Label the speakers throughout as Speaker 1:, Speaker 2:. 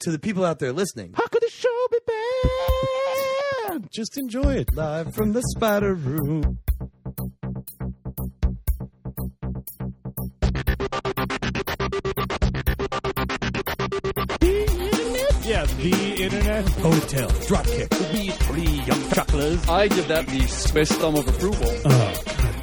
Speaker 1: to the people out there listening.
Speaker 2: How could the show be bad? Just enjoy it.
Speaker 1: Live from the spider room.
Speaker 2: Yeah, the internet.
Speaker 1: Hotel. Dropkick.
Speaker 3: I give that the space thumb of approval.
Speaker 2: Oh, God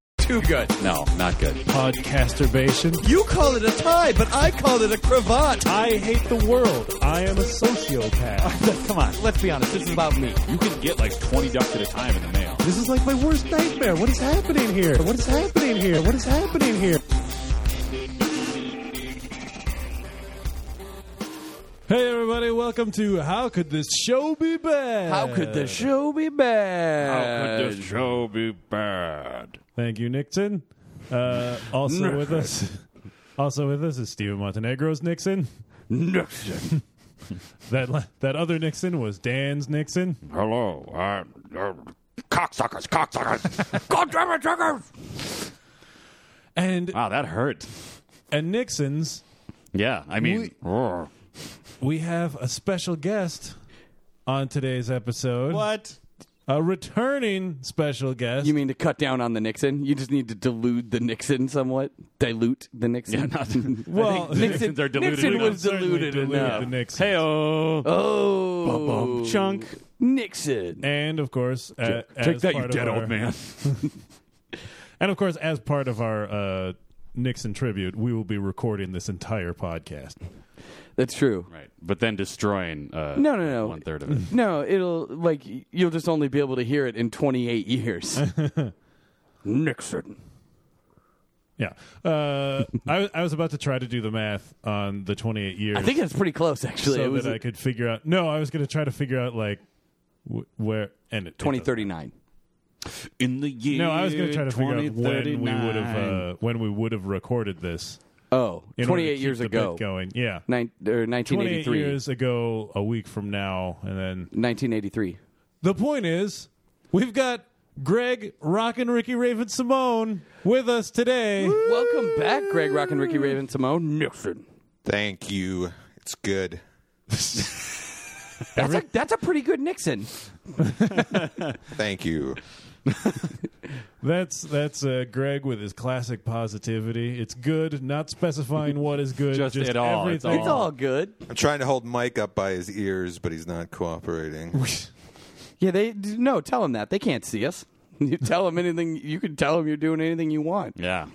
Speaker 3: Too good.
Speaker 2: No, not good. Podcasturbation.
Speaker 1: You call it a tie, but I call it a cravat.
Speaker 2: I hate the world. I am a sociopath. Come on.
Speaker 1: Let's be honest, this is about me.
Speaker 4: You can get like 20 ducks at a time in the mail.
Speaker 2: This is like my worst nightmare. What is happening here? What is happening here? What is happening here? Hey everybody, welcome to How Could This Show Be Bad?
Speaker 1: How could the show be bad?
Speaker 4: How could this show be bad?
Speaker 2: Thank you, Nixon. Uh, also with us, also with us is Steven Montenegro's Nixon.
Speaker 4: Nixon.
Speaker 2: That la- that other Nixon was Dan's Nixon.
Speaker 4: Hello. I'm, I'm- cocksuckers, cocksuckers. God damn it, suckers.
Speaker 2: And
Speaker 4: Wow, that hurt.
Speaker 2: and Nixon's,
Speaker 4: Yeah, I mean, oh, roar.
Speaker 2: we have a special guest on today's episode.
Speaker 1: What?
Speaker 2: A returning special guest.
Speaker 3: You mean to cut down on the Nixon? You just need to dilute the Nixon somewhat? Dilute the Nixon?
Speaker 4: Yeah, not-
Speaker 2: well,
Speaker 4: Nixons are diluted
Speaker 3: Nixon
Speaker 4: enough.
Speaker 3: was
Speaker 2: certainly
Speaker 3: diluted
Speaker 2: dilute
Speaker 3: enough.
Speaker 2: the Nixon.
Speaker 4: Hey-oh.
Speaker 3: oh.
Speaker 4: Chunk.
Speaker 3: Nixon.
Speaker 2: and of course, uh,
Speaker 4: Take
Speaker 2: as
Speaker 4: that, you
Speaker 2: part of
Speaker 4: dead
Speaker 2: our-
Speaker 4: old man.
Speaker 2: And of course, as part of our uh, Nixon tribute, we will be recording this entire podcast.
Speaker 3: That's true.
Speaker 4: Right, but then destroying uh,
Speaker 3: No, no, no.
Speaker 4: one third of it.
Speaker 3: No, it'll, like, you'll just only be able to hear it in 28 years. Nixon.
Speaker 2: Yeah, uh, I, was- I was about to try to do the math on the 28 years.
Speaker 3: I think that's pretty close, actually.
Speaker 2: so
Speaker 3: it was
Speaker 2: that I could figure out. No, I was going to try to figure out like wh- where and it,
Speaker 3: 2039.
Speaker 4: In the year
Speaker 2: No, I was going to try to figure out when we would
Speaker 4: 2039.
Speaker 2: have uh, when we would have recorded this.
Speaker 3: Oh,
Speaker 2: in order to
Speaker 3: 28 years
Speaker 2: keep the bit
Speaker 3: ago.
Speaker 2: going, yeah,
Speaker 3: Nine, er, or
Speaker 2: 28
Speaker 3: 1983.
Speaker 2: years ago, a week from now, and then
Speaker 3: 1983.
Speaker 2: the point is, we've got Greg Rockin' Ricky Raven Simone with us today.
Speaker 3: Welcome back, Greg Rock and Ricky Raven Simone Nixon.
Speaker 5: Thank you. It's good.
Speaker 3: That's a, that's a pretty good Nixon.
Speaker 5: Thank you.
Speaker 2: That's that's uh, Greg with his classic positivity. It's good, not specifying what is good,
Speaker 4: Just
Speaker 2: just,
Speaker 4: it all. It's
Speaker 2: everything.
Speaker 3: It's all good.
Speaker 5: I'm trying to hold Mike up by his ears, but he's not cooperating.
Speaker 3: Yeah, they no tell them that they can't see us. You tell them anything. You can tell them you're doing anything you want
Speaker 4: Yeah.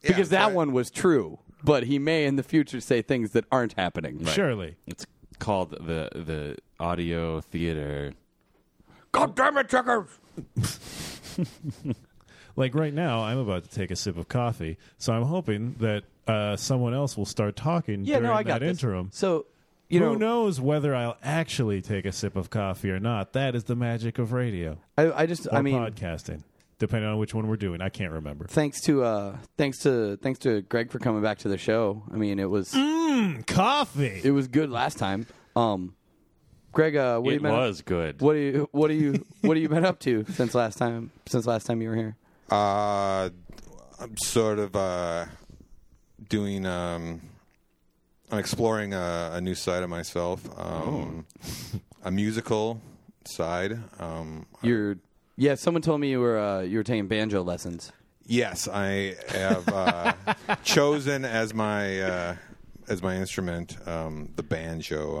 Speaker 3: because that one was true. But he may in the future say things that aren't happening.
Speaker 2: Surely,
Speaker 4: It's called the the audio theater.
Speaker 3: God damn it, truckers!
Speaker 2: like right now, I'm about to take a sip of coffee, so I'm hoping that uh, someone else will start talking
Speaker 3: Yeah,
Speaker 2: during
Speaker 3: no, I
Speaker 2: that
Speaker 3: got this.
Speaker 2: interim.
Speaker 3: So you know,
Speaker 2: Who knows whether I'll actually take a sip of coffee or not? That is the magic of radio
Speaker 3: I, I just
Speaker 2: or
Speaker 3: I mean,
Speaker 2: podcasting, depending on which one we're doing. I can't remember.
Speaker 3: thanks to uh, thanks to thanks to Greg for coming back to the show. I mean, it was
Speaker 2: Mm. Coffee.
Speaker 3: it was good last time. Um, Greg, uh, what do you
Speaker 4: It
Speaker 3: been up-
Speaker 4: was good.
Speaker 3: What do you what do you what have you been up to since last time since last time you were here?
Speaker 5: Uh, I'm sort of uh, doing. Um, I'm exploring a, a new side of myself. Um,
Speaker 3: Oh.
Speaker 5: A musical side. Um,
Speaker 3: You're yeah. Someone told me you were uh, you were taking banjo lessons.
Speaker 5: Yes, I have uh, chosen as my uh, as my instrument um, the banjo.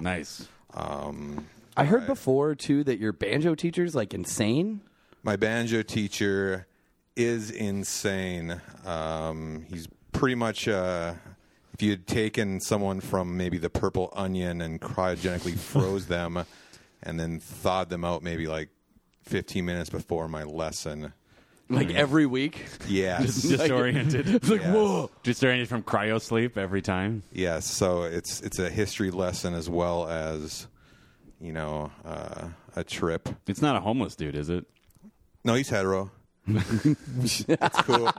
Speaker 4: Nice.
Speaker 3: I heard before too that your banjo teacher's like insane.
Speaker 5: my banjo teacher is insane. Um, he's pretty much uh, if you had taken someone from maybe the Purple Onion and cryogenically froze them, and then thawed them out maybe like fifteen minutes before my lesson.
Speaker 3: Like every week,
Speaker 5: Yes,
Speaker 4: Disoriented.
Speaker 3: like
Speaker 5: Yes.
Speaker 3: whoa.
Speaker 4: Disoriented from cryo sleep every time.
Speaker 5: yes. So it's it's a history lesson as well as you know uh, a trip.
Speaker 4: It's not a homeless dude, is it?
Speaker 5: No, he's hetero. It's cool.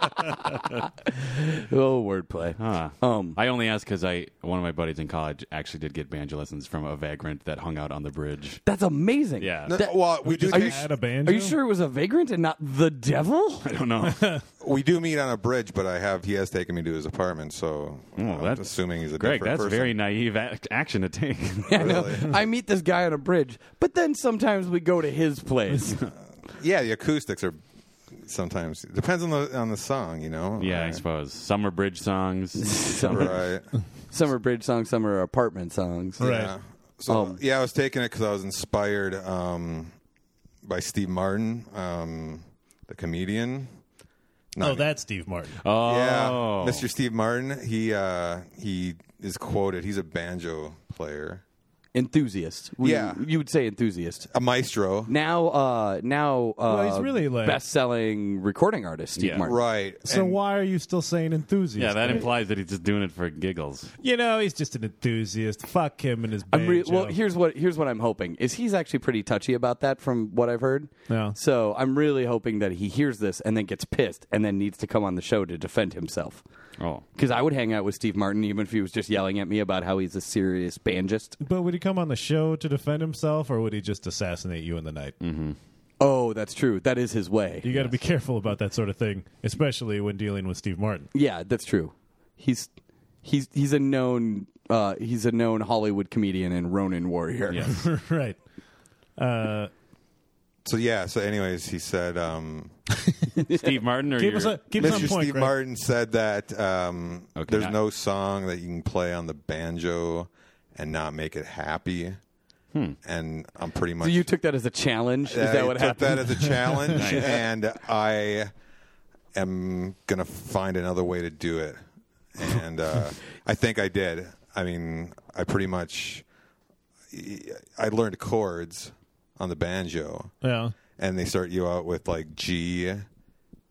Speaker 3: Oh, wordplay. Huh. Um,
Speaker 6: I only asked because I one of my buddies in college actually did get banjo lessons from a vagrant that hung out on the bridge.
Speaker 3: that's amazing.
Speaker 6: Yeah,
Speaker 5: No, well, we do
Speaker 2: Just
Speaker 5: take,
Speaker 2: add a banjo.
Speaker 3: Are you sure it was a vagrant and not the devil?
Speaker 6: I don't know.
Speaker 5: we do meet on a bridge, but I have he has taken me to his apartment, so I'm
Speaker 6: Oh, that's-
Speaker 5: assuming he's a
Speaker 6: Greg,
Speaker 5: different
Speaker 6: that's
Speaker 5: person.
Speaker 6: very naive ac action to take.
Speaker 3: I know.
Speaker 5: Really?
Speaker 3: I meet this guy on a bridge, but then sometimes we go to his place.
Speaker 5: yeah, the acoustics are sometimes depends on the on the song, you know.
Speaker 6: yeah, I
Speaker 5: Right.
Speaker 6: suppose summer bridge songs.
Speaker 3: some, are,
Speaker 5: right.
Speaker 3: some are bridge songs, some are apartment songs.
Speaker 2: Right.
Speaker 5: Yeah. So
Speaker 3: Um,
Speaker 5: yeah, I was taking it because I was inspired um, by Steve Martin, um, the comedian.
Speaker 2: Oh, that's Steve Martin.
Speaker 3: Uh,
Speaker 6: Oh,
Speaker 5: Yeah, Mr. Steve Martin. He uh, he is quoted. He's a banjo player,
Speaker 3: Enthusiast. We-
Speaker 5: Yeah.
Speaker 3: You would say enthusiast.
Speaker 5: a maestro.
Speaker 3: Now, uh, now, uh,
Speaker 2: he's really, like-
Speaker 3: best-selling recording artist, Steve
Speaker 6: Yeah.
Speaker 3: Martin.
Speaker 5: Right.
Speaker 2: So
Speaker 5: and-
Speaker 2: why are you still saying enthusiast?
Speaker 6: Yeah, that implies that he's just doing it for giggles.
Speaker 2: You know, he's just an enthusiast. Fuck him and his banjo.
Speaker 3: I'm re- well. Here's what here's what I'm hoping is he's actually pretty touchy about that from what I've heard.
Speaker 2: Yeah.
Speaker 3: So I'm really hoping that he hears this and then gets pissed and then needs to come on the show to defend himself.
Speaker 6: Oh,
Speaker 3: Because I would hang out with Steve Martin even if he was just yelling at me about how he's a serious banjist.
Speaker 2: But would he come on the show to defend himself, or would he just assassinate you in the night?
Speaker 3: Oh, that's true. That is his way.
Speaker 2: You got to be careful about that sort of thing, especially when dealing with Steve Martin.
Speaker 3: Yeah, that's true. He's he's he's a known uh, he's a known Hollywood comedian and Ronin warrior.
Speaker 6: Yeah.
Speaker 2: right.
Speaker 5: So yeah. So anyways, he said. Um,
Speaker 6: Steve Martin or
Speaker 2: Give us
Speaker 6: your-
Speaker 2: a give us
Speaker 5: Mr.
Speaker 2: a point,
Speaker 5: Steve
Speaker 2: Greg.
Speaker 5: Martin said that um,
Speaker 6: Okay,
Speaker 5: there's
Speaker 6: not-
Speaker 5: no song that you can play on the banjo and not make it happy.
Speaker 6: Hmm.
Speaker 5: And I'm pretty much
Speaker 3: So you took that as a challenge?
Speaker 5: I
Speaker 3: is that what
Speaker 5: took
Speaker 3: happened?
Speaker 5: that as a challenge, and I am gonna find another way to do it. And uh, I think I did. I mean, I pretty much I learned chords on the banjo
Speaker 2: Yeah.
Speaker 5: and they start you out with like G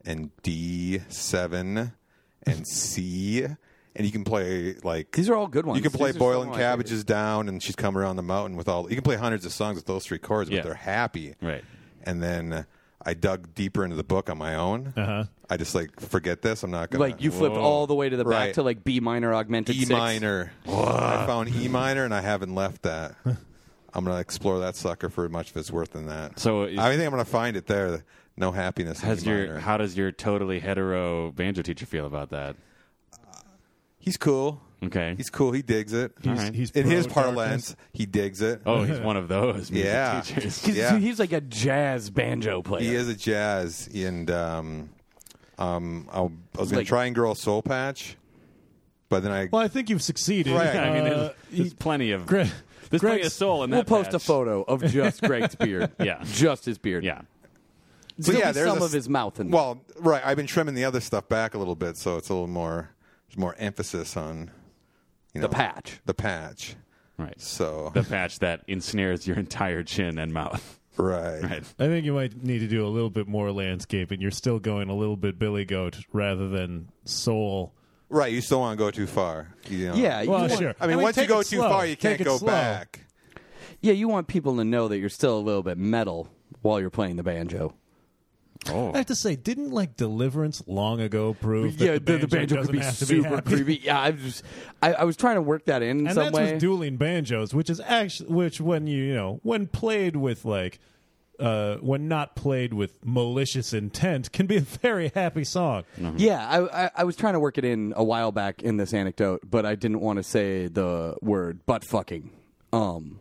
Speaker 5: and D seven and C, and you can play like
Speaker 3: These are all good ones.
Speaker 5: you can play
Speaker 3: These are some of
Speaker 5: boiling
Speaker 3: my favorites.
Speaker 5: cabbages down, and she's come around the mountain with all. You can play hundreds of songs with those three chords,
Speaker 6: Yeah.
Speaker 5: but they're happy,
Speaker 6: Right.
Speaker 5: And then I dug deeper into the book on my own.
Speaker 2: Uh-huh.
Speaker 5: I just like forget this. I'm not gonna E
Speaker 3: Like you flipped
Speaker 6: Whoa.
Speaker 3: all the way to the back
Speaker 5: Right.
Speaker 3: to like B minor augmented
Speaker 5: E
Speaker 3: six.
Speaker 5: minor. I found E minor, and I haven't left that. I'm gonna explore that sucker for much if it's worth than that.
Speaker 6: So is-
Speaker 5: I think I'm gonna find it there. No happiness. in
Speaker 6: How's
Speaker 5: E
Speaker 6: your
Speaker 5: minor.
Speaker 6: how does your totally hetero banjo teacher feel about that?
Speaker 5: He's cool.
Speaker 6: Okay.
Speaker 5: He's cool. He digs it.
Speaker 2: He's,
Speaker 6: right.
Speaker 2: he's
Speaker 5: In
Speaker 2: pro
Speaker 5: his
Speaker 2: darkness.
Speaker 5: parlance, he digs it.
Speaker 6: oh, he's one of those music
Speaker 5: Yeah.
Speaker 6: teachers.
Speaker 3: 'Cause
Speaker 5: Yeah.
Speaker 3: he's like a jazz banjo player.
Speaker 5: He is a jazz, and um, um, I'll, I was gonna
Speaker 3: Like-
Speaker 5: try and grow a soul patch, but then I
Speaker 2: Well, I think you've succeeded.
Speaker 5: Right.
Speaker 6: I mean, there's,
Speaker 2: Uh,
Speaker 6: there's plenty of
Speaker 2: Greg-
Speaker 6: there's plenty of
Speaker 2: Greg's-
Speaker 6: soul in that.
Speaker 3: We'll post a
Speaker 6: patch.
Speaker 3: photo of just Greg's beard.
Speaker 6: Yeah.
Speaker 3: just his beard.
Speaker 6: Yeah,
Speaker 5: so
Speaker 3: There'll
Speaker 5: yeah,
Speaker 3: be
Speaker 5: there's
Speaker 3: some
Speaker 5: a-
Speaker 3: of his mouth in there.
Speaker 5: Well, right. I've been trimming the other stuff back a little bit, so it's a little more. There's more emphasis on you know,
Speaker 3: the patch.
Speaker 5: The patch.
Speaker 6: right.
Speaker 5: So
Speaker 6: The patch that ensnares your entire chin and mouth.
Speaker 5: right.
Speaker 6: Right.
Speaker 2: I think you might need to do a little bit more landscaping. You're still going a little bit Billy Goat rather than soul.
Speaker 5: Right, You still want to go too far. You know?
Speaker 3: Yeah, you
Speaker 2: Well,
Speaker 3: want,
Speaker 2: sure.
Speaker 5: I mean, once you
Speaker 2: take
Speaker 5: go
Speaker 2: it
Speaker 5: too
Speaker 2: slow.
Speaker 5: far, you
Speaker 2: Take
Speaker 5: can't
Speaker 2: it
Speaker 5: go
Speaker 2: slow.
Speaker 5: back.
Speaker 3: yeah, you want people to know that you're still a little bit metal while you're playing the banjo.
Speaker 6: Oh,
Speaker 2: I have to say, didn't like Deliverance long ago prove that
Speaker 3: yeah,
Speaker 2: the banjo,
Speaker 3: could
Speaker 2: doesn't
Speaker 3: be
Speaker 2: have to
Speaker 3: super
Speaker 2: happy?
Speaker 3: creepy. Yeah, I was, I, I was trying to work that in
Speaker 2: and
Speaker 3: some
Speaker 2: that's
Speaker 3: way.
Speaker 2: with dueling banjos, which is actually which when you you know when played with like uh when not played with malicious intent can be a very happy song.
Speaker 3: Yeah, I, I I was trying to work it in a while back in this anecdote, but I didn't want to say the word butt fucking. Um,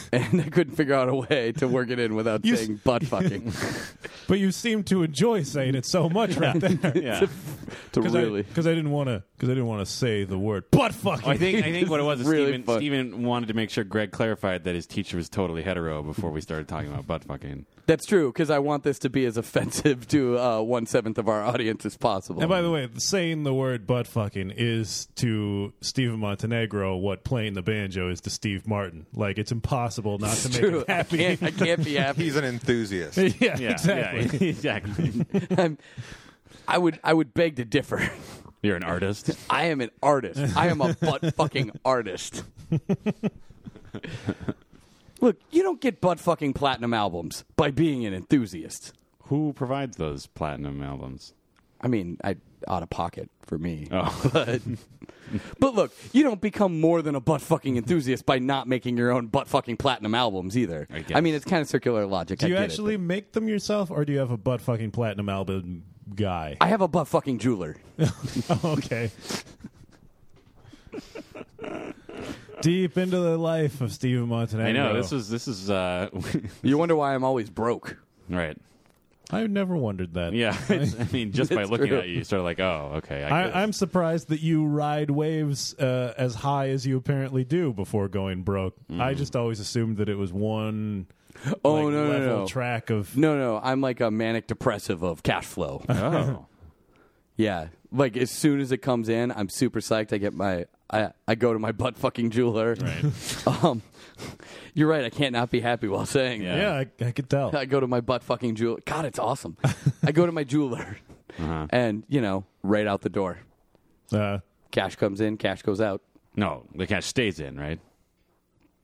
Speaker 3: and I couldn't figure out a way to work it in without
Speaker 2: You s-
Speaker 3: saying butt fucking
Speaker 2: But you seem to enjoy saying it so much right there.
Speaker 6: yeah.
Speaker 3: to
Speaker 2: Because
Speaker 3: really.
Speaker 2: I, didn't want to because I didn't want to say the word butt fucking.
Speaker 6: Oh, I think I think what it was is
Speaker 3: Really
Speaker 6: Steven,
Speaker 3: fun.
Speaker 6: Steven wanted to make sure Greg clarified that his teacher was totally hetero before we started talking about butt fucking.
Speaker 3: That's true because I want this to be as offensive to uh, one seventh of our audience as possible.
Speaker 2: and by the way, saying the word butt fucking is to Steven Montenegro what playing the banjo is to Steve Martin. Like it's impossible not to make
Speaker 3: true,
Speaker 2: it
Speaker 3: I
Speaker 2: happy.
Speaker 3: can't, I can't be happy.
Speaker 5: He's an enthusiast.
Speaker 2: yeah,
Speaker 6: Yeah,
Speaker 2: exactly.
Speaker 6: yeah, exactly.
Speaker 3: I'm, I would I would beg to differ.
Speaker 6: You're an artist.
Speaker 3: I am an artist. I am a butt fucking artist. Look, you don't get butt fucking platinum albums by being an enthusiast.
Speaker 6: Who provides those platinum albums?
Speaker 3: I mean, I out of pocket for me.
Speaker 6: Oh,
Speaker 3: But, but look, you don't become more than a butt fucking enthusiast by not making your own butt fucking platinum albums either.
Speaker 6: I
Speaker 3: I,
Speaker 6: guess.
Speaker 3: mean, it's kind of circular logic.
Speaker 2: Do
Speaker 3: I
Speaker 2: you
Speaker 3: get it,
Speaker 2: actually
Speaker 3: but-
Speaker 2: make them yourself, or do you have a butt fucking platinum album guy?
Speaker 3: I have a butt fucking jeweler.
Speaker 2: okay. Deep into the life of Steven Montenegro.
Speaker 6: I know. This is this is uh,
Speaker 3: You wonder why I'm always broke.
Speaker 6: right.
Speaker 2: I've never wondered that.
Speaker 6: Yeah, it's- I mean, just by
Speaker 3: It's
Speaker 6: looking
Speaker 3: true.
Speaker 6: at you, you're sort of like, oh, okay. I, get it.
Speaker 2: I, I'm surprised that you ride waves uh, as high as you apparently do before going broke. I just always assumed that it was one
Speaker 3: Mm. Oh
Speaker 2: like,
Speaker 3: no, no,
Speaker 2: level
Speaker 3: no,
Speaker 2: track of.
Speaker 3: no, no! I'm like a manic depressive of cash flow.
Speaker 6: oh,
Speaker 3: yeah, like as soon as it comes in, I'm super psyched. I get my, I, I go to my butt fucking jeweler. Right. um, you're right. I can't not be happy while saying that.
Speaker 2: Yeah, I, I could tell.
Speaker 3: I go to my butt fucking jeweler. God, it's awesome. I go to my jeweler,
Speaker 6: Uh-huh.
Speaker 3: and you know, right out the door.
Speaker 2: Uh,
Speaker 3: Cash comes in, cash goes out.
Speaker 6: no, the cash stays in, right?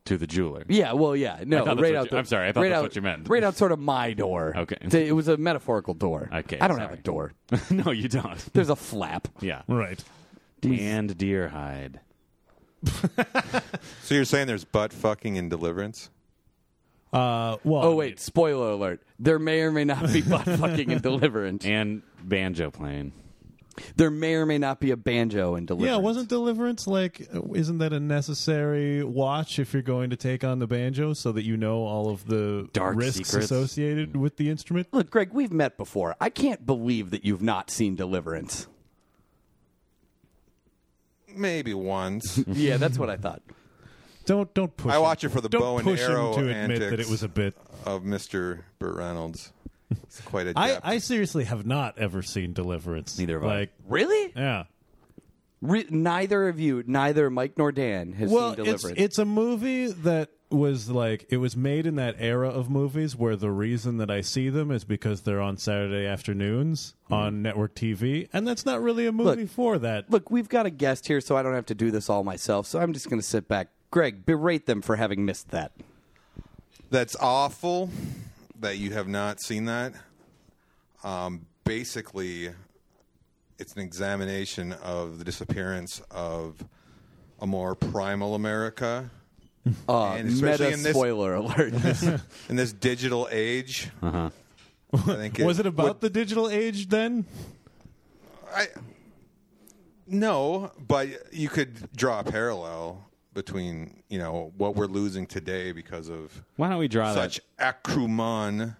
Speaker 6: To the jeweler.
Speaker 3: Yeah, well, yeah, no,
Speaker 6: I thought that's
Speaker 3: right
Speaker 6: what
Speaker 3: out.
Speaker 6: you-
Speaker 3: the-
Speaker 6: I'm sorry, I thought
Speaker 3: right
Speaker 6: that's
Speaker 3: out,
Speaker 6: what you meant.
Speaker 3: Right out, sort of my door.
Speaker 6: Okay.
Speaker 3: Th- it was a metaphorical door.
Speaker 6: Okay,
Speaker 3: I don't have
Speaker 6: sorry.
Speaker 3: a door.
Speaker 6: no, you don't.
Speaker 3: There's a flap.
Speaker 6: Yeah,
Speaker 2: right.
Speaker 6: and deer hide.
Speaker 5: So you're saying there's butt fucking in Deliverance?
Speaker 2: Uh, well,
Speaker 3: Oh wait, spoiler alert. There may or may not be butt fucking in Deliverance.
Speaker 6: and banjo playing.
Speaker 3: There may or may not be a banjo in Deliverance.
Speaker 2: Yeah, wasn't Deliverance like? Isn't that a necessary watch if you're going to take on the banjo, so that you know all of the
Speaker 6: Dark
Speaker 2: risks
Speaker 6: secrets.
Speaker 2: associated with the instrument?
Speaker 3: Look, Greg, we've met before. I can't believe that you've not seen Deliverance.
Speaker 5: Maybe once.
Speaker 3: yeah, that's what I thought.
Speaker 2: Don't don't push.
Speaker 5: I
Speaker 2: him.
Speaker 5: watch it for the
Speaker 2: don't
Speaker 5: bow and
Speaker 2: push him
Speaker 5: arrow
Speaker 2: to admit that
Speaker 5: antics.
Speaker 2: it was a bit.
Speaker 5: of Mr. Burt Reynolds. It's quite a
Speaker 2: I,
Speaker 5: depth.
Speaker 2: I seriously have not ever seen Deliverance.
Speaker 6: Neither have I.
Speaker 2: like,
Speaker 3: Really?
Speaker 2: Yeah.
Speaker 3: Re- neither of you, neither Mike nor Dan, has
Speaker 2: Well,
Speaker 3: seen
Speaker 2: it's
Speaker 3: Deliverance.
Speaker 2: it's a movie that was like it was made in that era of movies where the reason that I see them is because they're on Saturday afternoons
Speaker 6: Hmm.
Speaker 2: on network TV, and that's not really a movie for that.
Speaker 3: Look, we've got a guest here, so I don't have to do this all myself. So I'm just going to sit back. Greg, berate them for having missed that.
Speaker 5: That's awful that you have not seen that. Um, basically, it's an examination of the disappearance of a more primal America.
Speaker 3: Uh,
Speaker 5: And especially
Speaker 3: meta
Speaker 5: in this-
Speaker 3: spoiler alert.
Speaker 5: in this digital age. I think
Speaker 2: Uh-huh. was it about the digital age then?
Speaker 5: I, no, but you could draw a parallel between you know what we're losing today because of
Speaker 6: Why don't we
Speaker 3: Ah,
Speaker 6: draw
Speaker 5: such
Speaker 6: that?
Speaker 5: accoutrement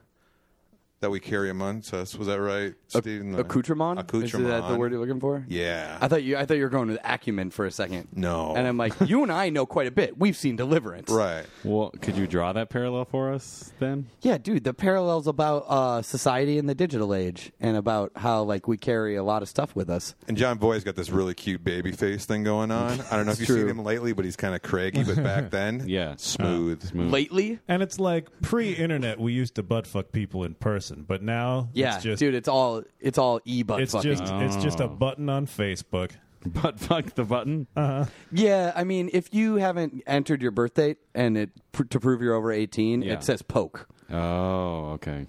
Speaker 5: that we carry amongst us. Was that right, Stephen?
Speaker 3: Accoutrement?
Speaker 5: Accoutrement.
Speaker 3: Is that the word you're looking for?
Speaker 5: Yeah.
Speaker 3: I thought you. I thought you were going with acumen for a second.
Speaker 5: No.
Speaker 3: And I'm like, you and I know quite a bit. We've seen Deliverance.
Speaker 5: right.
Speaker 6: Well, could you draw that parallel for us then?
Speaker 3: Yeah, dude. The parallels about uh, society in the digital age and about how like we carry a lot of stuff with us.
Speaker 5: And John Boy's got this really cute baby face thing going on. I don't know if you've seen
Speaker 3: true.
Speaker 5: him lately, but he's kind of craggy. But back then,
Speaker 6: Yeah,
Speaker 5: smooth.
Speaker 6: Uh, smooth.
Speaker 3: Lately,
Speaker 2: And it's like pre-internet, we used to butt fuck people in person, but now
Speaker 3: yeah,
Speaker 2: it's just
Speaker 3: dude. It's all it's all e butt
Speaker 2: it's
Speaker 3: fucking.
Speaker 2: just it's just a button on Facebook.
Speaker 6: But fuck the button.
Speaker 2: Uh.
Speaker 3: Yeah, I mean, if you haven't entered your birth date and it pr- to prove you're over eighteen,
Speaker 6: Yeah.
Speaker 3: it says poke.
Speaker 6: oh, okay.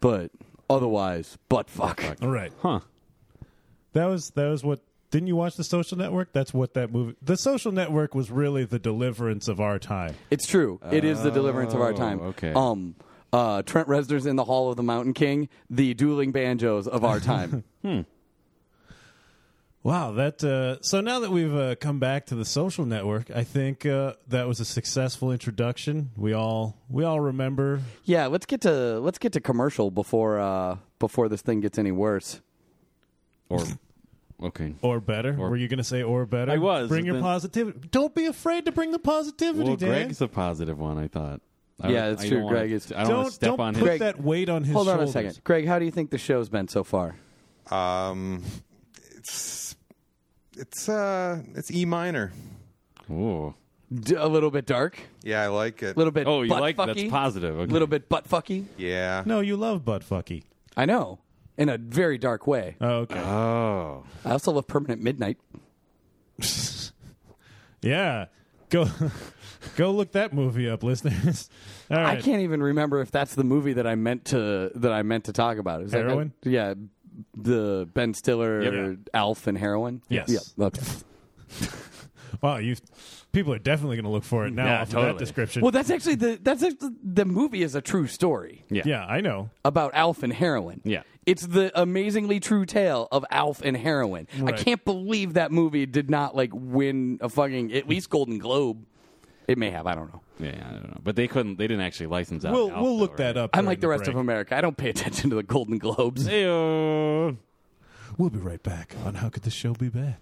Speaker 3: But otherwise, butt fuck.
Speaker 2: All right,
Speaker 6: Huh.
Speaker 2: that was that was what. Didn't you watch The Social Network? That's what that movie. The Social Network was really the deliverance of our time.
Speaker 3: It's true. It is the deliverance of our time.
Speaker 6: Oh, okay.
Speaker 3: Um, uh, Trent Reznor's in the Hall of the Mountain King, the dueling banjos of our time.
Speaker 2: Wow, that uh, so now that we've uh, come back to the social network, I think uh, that was a successful introduction. We all we all remember.
Speaker 3: yeah, let's get to let's get to commercial before uh, before this thing gets any worse.
Speaker 6: Or okay.
Speaker 2: Or better, were you going to say or better?
Speaker 6: I was,
Speaker 2: Bring
Speaker 6: but
Speaker 2: your
Speaker 6: then-
Speaker 2: positivity. Don't be afraid to bring the positivity,
Speaker 6: Well,
Speaker 2: Dan.
Speaker 6: Greg's a positive one. I thought. I
Speaker 3: Yeah,
Speaker 6: would-
Speaker 3: that's
Speaker 6: I
Speaker 3: true,
Speaker 6: don't wanna-
Speaker 3: Greg is-
Speaker 6: I don't, wanna
Speaker 2: don't
Speaker 6: step
Speaker 2: don't
Speaker 6: on
Speaker 2: put
Speaker 6: his.
Speaker 2: that weight on his
Speaker 3: Hold on
Speaker 2: shoulders.
Speaker 3: a second, Greg. How do you think the show's been so far?
Speaker 5: Um, it's it's uh it's E minor.
Speaker 6: Ooh.
Speaker 3: D- a little bit dark,
Speaker 5: Yeah, I like it.
Speaker 3: a little bit.
Speaker 6: Oh, you
Speaker 3: butt
Speaker 6: like that's positive.
Speaker 3: A
Speaker 6: Okay.
Speaker 3: little bit butt fucky.
Speaker 5: Yeah.
Speaker 2: No, you love butt fucky.
Speaker 3: I know, in a very dark way.
Speaker 2: Oh, okay.
Speaker 6: Oh,
Speaker 3: I also love Permanent Midnight.
Speaker 2: yeah. Go, go look that movie up, listeners. All right.
Speaker 3: I can't even remember if that's the movie that I meant to that I meant to talk about. Is
Speaker 2: Heroin?
Speaker 3: That, yeah, the Ben Stiller
Speaker 2: Yep.
Speaker 3: Alf and heroin.
Speaker 2: Yes.
Speaker 3: Yeah. Okay.
Speaker 2: Wow, you people are definitely going to look for it now
Speaker 6: Yeah,
Speaker 2: off of that
Speaker 6: totally.
Speaker 2: description.
Speaker 3: well, that's actually the that's actually, the movie is a true story
Speaker 6: Yeah.
Speaker 2: yeah, I know.
Speaker 3: about Alf and heroin.
Speaker 6: Yeah.
Speaker 3: It's the amazingly true tale of Alf and heroin.
Speaker 2: Right.
Speaker 3: I can't believe that movie did not like win a fucking at least Golden Globe. It may have. I don't know.
Speaker 6: Yeah, I don't know. But they couldn't. They didn't actually license out.
Speaker 2: We'll
Speaker 6: Alf,
Speaker 2: we'll
Speaker 6: though,
Speaker 2: look that
Speaker 6: right?
Speaker 2: up.
Speaker 3: I'm like the
Speaker 2: during
Speaker 3: rest of
Speaker 2: break.
Speaker 3: America. I don't pay attention to the Golden Globes.
Speaker 6: Heyo.
Speaker 2: We'll be right back on how could the show be bad.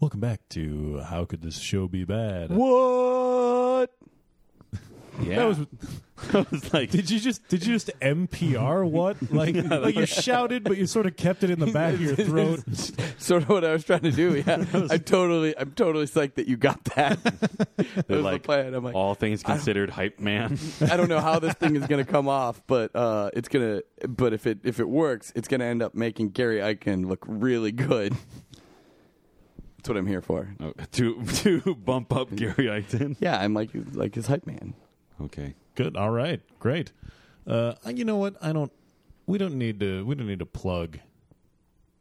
Speaker 2: Welcome back to how could this show be bad?
Speaker 3: What?
Speaker 6: Yeah.
Speaker 2: That was.
Speaker 6: I was like,
Speaker 2: Did you just did you just NPR what? Like like you shouted, but you sort of kept it in the back of your throat.
Speaker 3: sort of what I was trying to do. Yeah, I'm totally, I'm totally psyched that you got that. that was
Speaker 6: like,
Speaker 3: the plan. I'm like,
Speaker 6: all things considered, hype man.
Speaker 3: I don't know how this thing is going to come off, but uh, it's gonna. But if it if it works, it's going to end up making Gary Eichen look really good. That's what I'm here for.
Speaker 6: Oh, to to bump up Gary Eichton.
Speaker 3: Yeah, I'm like like his hype man.
Speaker 6: Okay.
Speaker 2: Good. All right. Great. Uh, you know what? I don't. We don't need to. We don't need to plug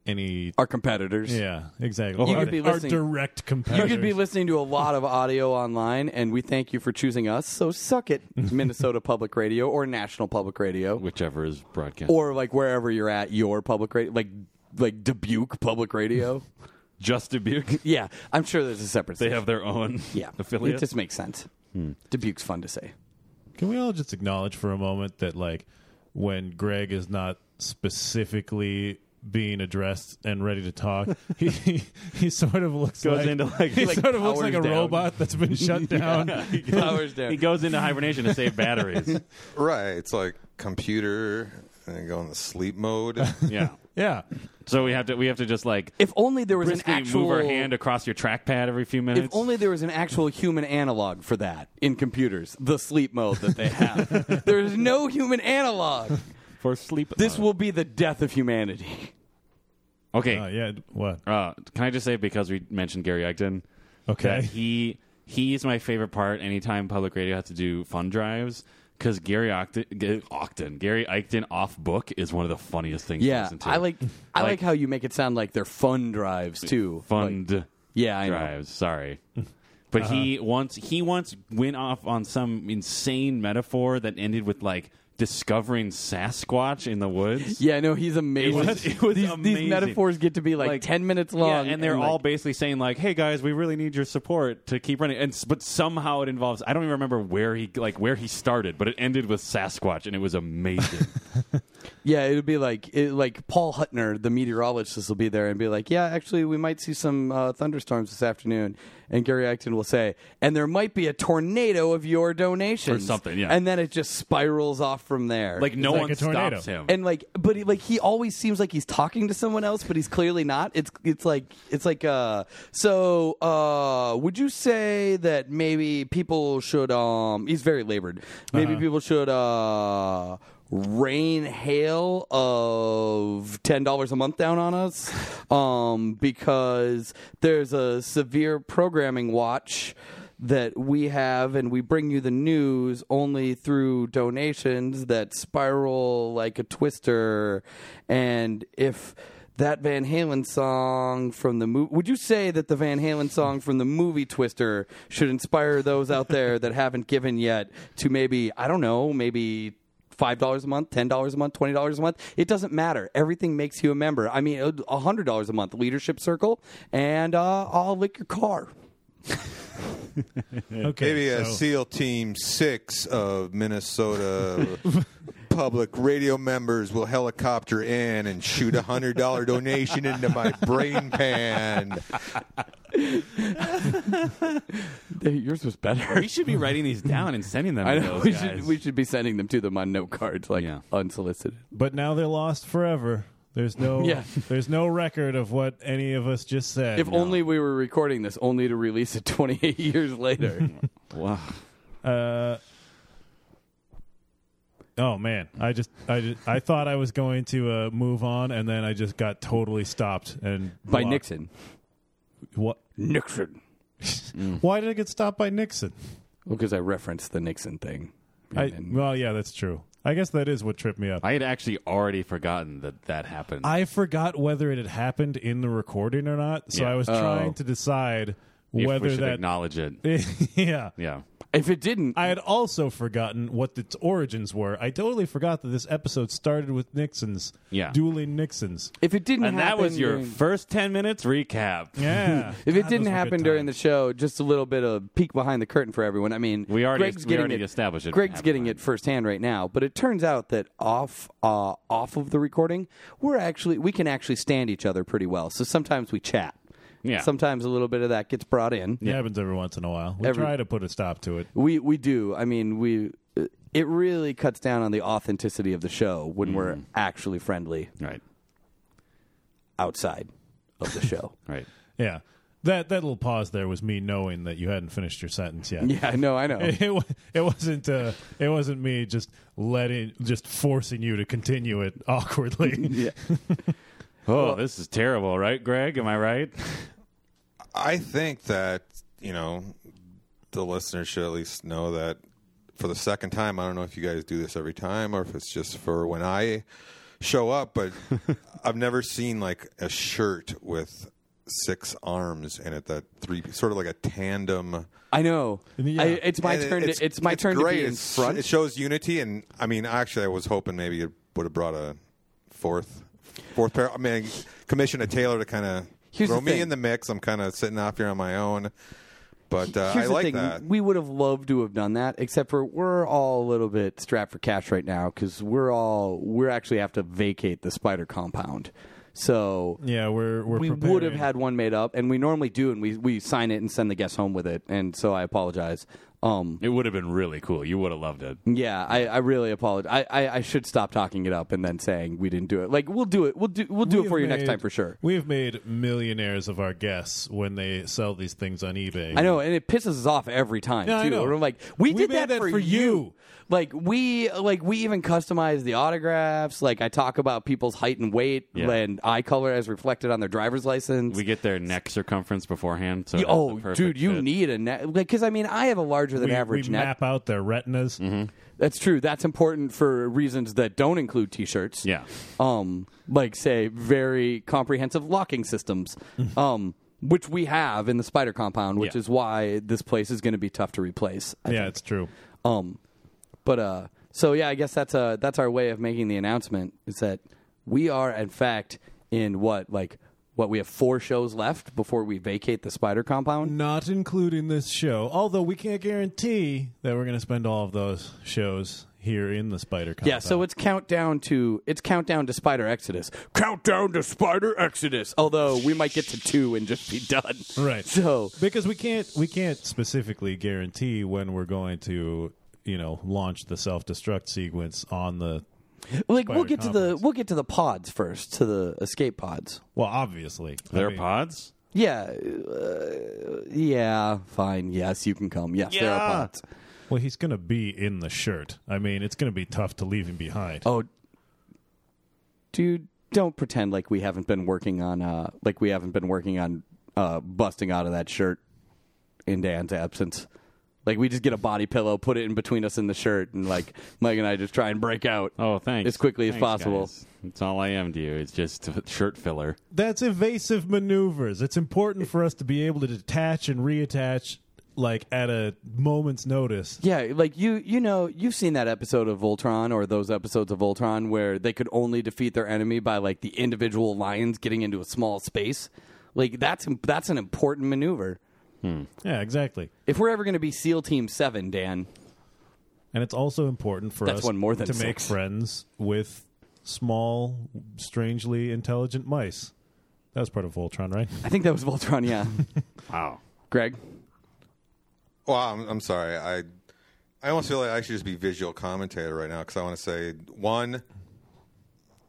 Speaker 2: any.
Speaker 3: Our competitors.
Speaker 2: Yeah. Exactly.
Speaker 3: You
Speaker 2: our,
Speaker 3: could be
Speaker 2: our
Speaker 3: listening-
Speaker 2: direct
Speaker 3: You
Speaker 2: competitors.
Speaker 3: could be listening to a lot of audio online, and we thank you for choosing us. So suck it, Minnesota Public Radio or National Public Radio.
Speaker 6: Whichever is broadcast.
Speaker 3: or like wherever you're at your public radio like like dubuque public radio
Speaker 6: just Dubuque.
Speaker 3: yeah i'm sure there's a separate
Speaker 6: They
Speaker 3: station.
Speaker 6: have Hmm. their own
Speaker 3: yeah
Speaker 6: affiliate.
Speaker 3: it just makes sense dubuque's fun to say
Speaker 2: Can we all just acknowledge for a moment that, like, when Greg is not specifically being addressed and ready to talk, he he, he sort of looks
Speaker 6: Goes
Speaker 2: like,
Speaker 6: into, like-
Speaker 2: he
Speaker 6: like
Speaker 2: sort of looks like a
Speaker 3: powers down.
Speaker 2: robot that's been shut down.
Speaker 3: powers down
Speaker 6: he goes into hibernation to save batteries.
Speaker 5: Right. It's like computer and then go into sleep mode.
Speaker 6: yeah.
Speaker 2: Yeah.
Speaker 6: So we have to we have to just like
Speaker 3: if only there was an
Speaker 6: briskly
Speaker 3: actual
Speaker 6: move our hand across your trackpad every few minutes.
Speaker 3: if only there was an actual human analog for that in computers the sleep mode that they have there's no human analog
Speaker 6: for sleep.
Speaker 3: this
Speaker 6: mode.
Speaker 3: will be the death of humanity
Speaker 6: okay.
Speaker 2: Uh,
Speaker 3: Oh,
Speaker 2: yeah. What?
Speaker 6: Uh, can I just say because we mentioned Gary Eichton,
Speaker 2: Okay.
Speaker 6: that he he's my favorite part. Anytime public radio has to do fun drives, because Gary Ochten, G- Ochten, Gary Eichton off book is one of the funniest things. to
Speaker 3: yeah
Speaker 6: listen to.
Speaker 3: i like i like,
Speaker 6: Like-
Speaker 3: how you make it sound like they're fun drives too Like-
Speaker 6: fund
Speaker 3: Yeah, I know. Uh-huh.
Speaker 6: drives. Sorry. But he once he once went off on some insane metaphor that ended with like discovering Sasquatch in the woods.
Speaker 3: Yeah, no, he's amazing.
Speaker 6: was- it was
Speaker 3: these, these
Speaker 6: amazing.
Speaker 3: metaphors get to be like,
Speaker 6: Like-
Speaker 3: ten minutes
Speaker 6: Yeah,
Speaker 3: long,
Speaker 6: and they're all
Speaker 3: like,
Speaker 6: basically saying like, "Hey guys, we really need your support to keep running." And s- but somehow it involves I don't even remember where he like where he started, but it ended with Sasquatch, and it was amazing.
Speaker 3: yeah. It'll be like it, like Paul Huttner, the meteorologist, will be there and be like, "Yeah, actually, we might see some uh, thunderstorms this afternoon." And Gary Acton will say, "And there might be a tornado of your donations
Speaker 6: Or something, yeah.
Speaker 3: And then it just spirals off from there.
Speaker 6: like no
Speaker 2: like
Speaker 6: one
Speaker 2: a tornado.
Speaker 6: stops him.
Speaker 3: and like, but he, like he always seems like he's talking to someone else, but he's clearly not. It's it's like it's like uh. So uh, would you say that maybe people should um? He's very labored. Maybe people should uh. Rain hail of ten dollars a month down on us, um, because there's a severe programming watch that we have and we bring you the news only through donations that spiral like a twister and if that Van Halen song from the movie. Would you say that the Van Halen song from the movie Twister should inspire those out there that haven't given yet to maybe, I don't know, maybe five dollars a month, ten dollars a month, twenty dollars a month. It doesn't matter. Everything makes you a member. I mean, a hundred dollars a month, leadership circle, and uh, I'll lick your car.
Speaker 2: Okay.
Speaker 5: Maybe a
Speaker 2: so-
Speaker 5: SEAL Team Six of Minnesota public radio members will helicopter in and shoot a hundred dollar donation into my brain pan.
Speaker 3: Yours was better.
Speaker 6: We should be writing these down and sending them.
Speaker 3: I
Speaker 6: to
Speaker 3: know
Speaker 6: those
Speaker 3: we
Speaker 6: guys.
Speaker 3: should, we should be sending them to them on note cards, like
Speaker 6: Yeah.
Speaker 3: unsolicited.
Speaker 2: But now they're lost forever. There's no
Speaker 3: Yeah.
Speaker 2: there's no record of what any of us just said.
Speaker 3: If only we were recording this, only to release it 28 years later.
Speaker 6: Wow.
Speaker 2: Uh, oh man, I just I just, I thought I was going to uh, move on, and then I just got totally stopped and
Speaker 3: By
Speaker 2: blocked.
Speaker 3: Nixon.
Speaker 2: What?
Speaker 3: Nixon.
Speaker 2: Why did I get stopped by Nixon?
Speaker 3: Because I referenced the Nixon thing.
Speaker 2: I,
Speaker 3: And-
Speaker 2: well, yeah, that's true. I guess that is what tripped me up.
Speaker 6: I had actually already forgotten that that happened.
Speaker 2: I forgot whether it had happened in the recording or not, so
Speaker 6: Yeah.
Speaker 2: I was
Speaker 3: Oh.
Speaker 2: trying to decide
Speaker 6: if we
Speaker 2: whether
Speaker 6: should
Speaker 2: that.
Speaker 6: acknowledge it.
Speaker 2: yeah.
Speaker 6: Yeah.
Speaker 3: if it didn't,
Speaker 2: I had also forgotten what its origins were. I totally forgot that this episode started with Nixon's,
Speaker 6: Yeah.
Speaker 2: dueling Nixon's.
Speaker 3: if it didn't,
Speaker 6: And that was
Speaker 3: happen
Speaker 6: your
Speaker 3: during-
Speaker 6: first 10 minutes recap.
Speaker 2: Yeah.
Speaker 3: If it didn't happen during the show, just a little bit of peek behind the curtain for everyone. I mean,
Speaker 6: We already-
Speaker 3: Greg's
Speaker 6: we
Speaker 3: getting
Speaker 6: already
Speaker 3: it,
Speaker 6: established it
Speaker 3: Greg's
Speaker 6: happened
Speaker 3: getting
Speaker 6: behind.
Speaker 3: it firsthand right now, but it turns out that off uh, off of the recording, we're actually we can actually stand each other pretty well. So sometimes we chat.
Speaker 6: Yeah.
Speaker 3: Sometimes a little bit of that gets brought in.
Speaker 2: It happens every once in a while. We
Speaker 3: Every-
Speaker 2: try to put a stop to it.
Speaker 3: We we do. I mean, we it really cuts down on the authenticity of the show when
Speaker 6: Mm.
Speaker 3: we're actually friendly
Speaker 6: Right.
Speaker 3: outside of the show.
Speaker 6: Right.
Speaker 2: Yeah. That that little pause there was me knowing that you hadn't finished your sentence yet.
Speaker 3: yeah, no, I know.
Speaker 2: It, wa- it wasn't uh, it wasn't me just letting just forcing you to continue it awkwardly.
Speaker 3: Yeah.
Speaker 6: Oh, this is terrible, right, Greg? Am I right?
Speaker 5: I think that you know the listeners should at least know that for the second time. I don't know if you guys do this every time or if it's just for when I show up, but I've never seen like a shirt with six arms in it that three sort of like a tandem.
Speaker 3: I know.
Speaker 2: Yeah.
Speaker 3: I, it's my
Speaker 5: And it-
Speaker 3: turn. to, it's my turn
Speaker 5: great.
Speaker 3: to be in
Speaker 5: It's-
Speaker 3: front.
Speaker 5: It shows unity, and I mean, actually, I was hoping maybe it would have brought a fourth, fourth pair. I mean, commission a tailor to kind of
Speaker 3: Here's
Speaker 5: throw
Speaker 3: the
Speaker 5: me
Speaker 3: thing.
Speaker 5: in the mix. I'm kind of sitting off here on my own, but uh,
Speaker 3: Here's
Speaker 5: I
Speaker 3: the
Speaker 5: like
Speaker 3: thing.
Speaker 5: that.
Speaker 3: We would have loved to have done that, except for we're all a little bit strapped for cash right now because we're all we're actually have to vacate the spider compound. So
Speaker 2: yeah, we're we're
Speaker 3: we
Speaker 2: preparing.
Speaker 3: would have had one made up, and we normally do, and we we sign it and send the guests home with it. And so I apologize. Um,
Speaker 6: It would have been really cool. You would have loved it.
Speaker 3: yeah, I, I really apologize. I, I, I should stop talking it up and then saying we didn't do it. Like we'll do it. We'll do we'll do
Speaker 2: We
Speaker 3: it for
Speaker 2: have
Speaker 3: you next
Speaker 2: made-
Speaker 3: time for sure.
Speaker 2: We have made millionaires of our guests when they sell these things on eBay.
Speaker 3: I know, and it pisses us off every time
Speaker 2: Yeah, I
Speaker 3: too.
Speaker 2: know.
Speaker 3: We're like, we,
Speaker 2: We
Speaker 3: did
Speaker 2: made
Speaker 3: that,
Speaker 2: that
Speaker 3: for,
Speaker 2: for
Speaker 3: you.
Speaker 2: you.
Speaker 3: Like we, like we even customize the autographs. Like I talk about people's height and weight
Speaker 6: Yeah.
Speaker 3: and eye color as reflected on their driver's license.
Speaker 6: We get their neck circumference beforehand. So
Speaker 3: You-
Speaker 6: that's the
Speaker 3: oh,
Speaker 6: perfect
Speaker 3: dude, you
Speaker 6: fit.
Speaker 3: need a net because I mean, I have a larger than
Speaker 2: We,
Speaker 3: average Mm-hmm.
Speaker 2: we
Speaker 3: neck.
Speaker 2: map out their retinas.
Speaker 3: That's true. That's important for reasons that don't include T-shirts.
Speaker 6: Yeah.
Speaker 3: Um, like say very comprehensive locking systems. um. Which we have in the spider compound, which
Speaker 6: Yeah.
Speaker 3: is why this place is going to be tough to replace. I
Speaker 2: Yeah, it's true.
Speaker 3: Um, but uh, so yeah, I guess that's uh that's our way of making the announcement is that we are in fact in what like what we have four shows left before we vacate the spider compound.
Speaker 2: Not including this show, although we can't guarantee that we're going to spend all of those shows here in the Spider Con.
Speaker 3: Yeah, so it's countdown to it's countdown to Spider Exodus. Countdown to Spider Exodus. Although we might get to two and just be done.
Speaker 2: right.
Speaker 3: So
Speaker 2: because we can't we can't specifically guarantee when we're going to you know launch the self destruct sequence on the
Speaker 3: like we'll
Speaker 2: Spider
Speaker 3: get to the
Speaker 2: conference.
Speaker 3: we'll get to the pods first to the escape pods.
Speaker 2: well obviously I
Speaker 6: Their
Speaker 2: mean,
Speaker 6: pods?
Speaker 3: Yeah, uh, yeah, fine. Yes, you can come. Yes, there are
Speaker 6: Yeah.
Speaker 3: pods.
Speaker 2: well he's going to be in the shirt. I mean it's going to be tough to leave him behind.
Speaker 3: Oh, dude, don't pretend like we haven't been working on uh like we haven't been working on uh busting out of that shirt in Dan's absence. Like we just get a body pillow, put it in between us in the shirt, and like Mike and I just try and break out.
Speaker 6: Oh, thanks.
Speaker 3: As quickly as
Speaker 6: Thanks,
Speaker 3: possible.
Speaker 6: guys. It's all I am to you. It's just shirt filler.
Speaker 2: That's evasive maneuvers. It's important for us to be able to detach and reattach like at a moment's notice.
Speaker 3: Yeah, like you, you know, you've seen that episode of Voltron or those episodes of Voltron where they could only defeat their enemy by like the individual lions getting into a small space. Like that's that's an important maneuver.
Speaker 2: Yeah, exactly.
Speaker 3: If we're ever going to be SEAL Team Seven, Dan,
Speaker 2: and it's also important for
Speaker 3: That's
Speaker 2: us
Speaker 3: one more than
Speaker 2: to make
Speaker 3: six.
Speaker 2: friends with small, strangely intelligent mice. That was part of Voltron, right?
Speaker 3: I think that was Voltron. Yeah,
Speaker 6: Wow.
Speaker 3: Greg.
Speaker 5: Well, I'm, I'm sorry. I I almost feel like I should just be visual commentator right now because I want to say one.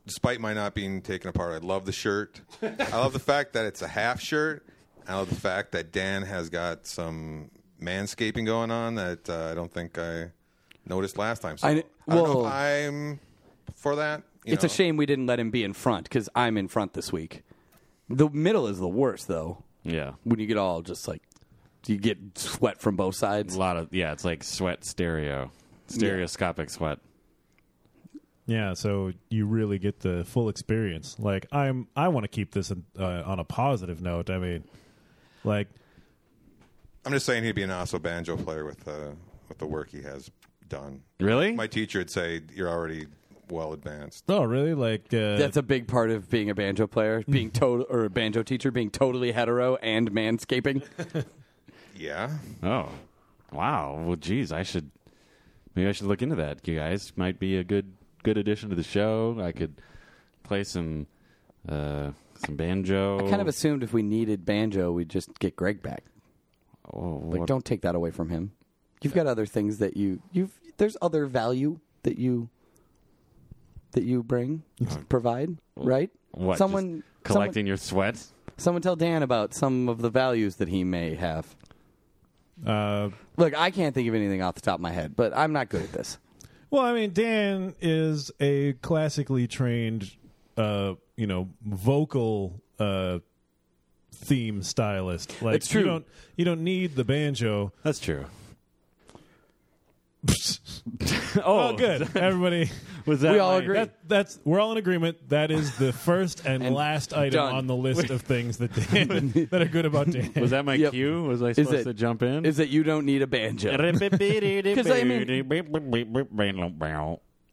Speaker 5: Despite my not being taken apart, I love the shirt. I love the fact that it's a half shirt. I love the fact that Dan has got some manscaping going on that uh, I don't think I noticed last time. So
Speaker 3: I
Speaker 5: I,
Speaker 3: kn-
Speaker 5: don't know
Speaker 3: well-
Speaker 5: if I'm for that. you
Speaker 3: It's a
Speaker 5: know.
Speaker 3: shame we didn't let him be in front because I'm in front this week. The middle is the worst though.
Speaker 6: Yeah.
Speaker 3: When you get all just like, you get sweat from both
Speaker 6: A
Speaker 3: sides.
Speaker 6: lot of yeah, it's like sweat stereo, stereoscopic sweat.
Speaker 2: Yeah, so you really get the full experience. Like I'm, I want to keep this in, uh, on a positive note. I mean, like
Speaker 5: I'm just saying he'd be an awesome banjo player with uh, with the work he has done.
Speaker 6: Really?
Speaker 5: My teacher would say you're already well advanced.
Speaker 2: oh really? Like uh,
Speaker 3: That's a big part of being a banjo player, being total or a banjo teacher, being totally hetero and manscaping.
Speaker 5: Yeah.
Speaker 6: oh, wow. Well, geez, I should maybe I should look into that. You guys might be a good good addition to the show. I could play some uh some banjo.
Speaker 3: Kind of assumed if we needed banjo, we'd just get Greg back.
Speaker 6: oh,
Speaker 3: Like,
Speaker 6: what-
Speaker 3: don't take that away from him. You've got other things that you you've. There's other value that you that you bring provide, right?
Speaker 6: what, just
Speaker 3: someone
Speaker 6: collecting
Speaker 3: someone-
Speaker 6: your sweat.
Speaker 3: Someone tell Dan about some of the values that he may have.
Speaker 2: uh,
Speaker 3: Look, I can't think of anything off the top of my head, but I'm not good at this.
Speaker 2: Well, I mean, Dan is a classically trained, uh, you know, vocal uh, theme stylist. Like
Speaker 3: It's true.
Speaker 2: you don't you don't need the banjo.
Speaker 6: That's true.
Speaker 2: oh, good, everybody.
Speaker 6: Was that
Speaker 3: We all
Speaker 6: my-
Speaker 3: agree.
Speaker 2: That, that's we're all in agreement. That is the first and,
Speaker 3: And
Speaker 2: last item
Speaker 3: done.
Speaker 2: on the list of things that Dan, that are good about Dan.
Speaker 6: Was that my
Speaker 3: Yep.
Speaker 6: cue? Was I supposed
Speaker 3: it-
Speaker 6: to jump in?
Speaker 3: Is that you don't need a banjo?
Speaker 6: Because
Speaker 3: I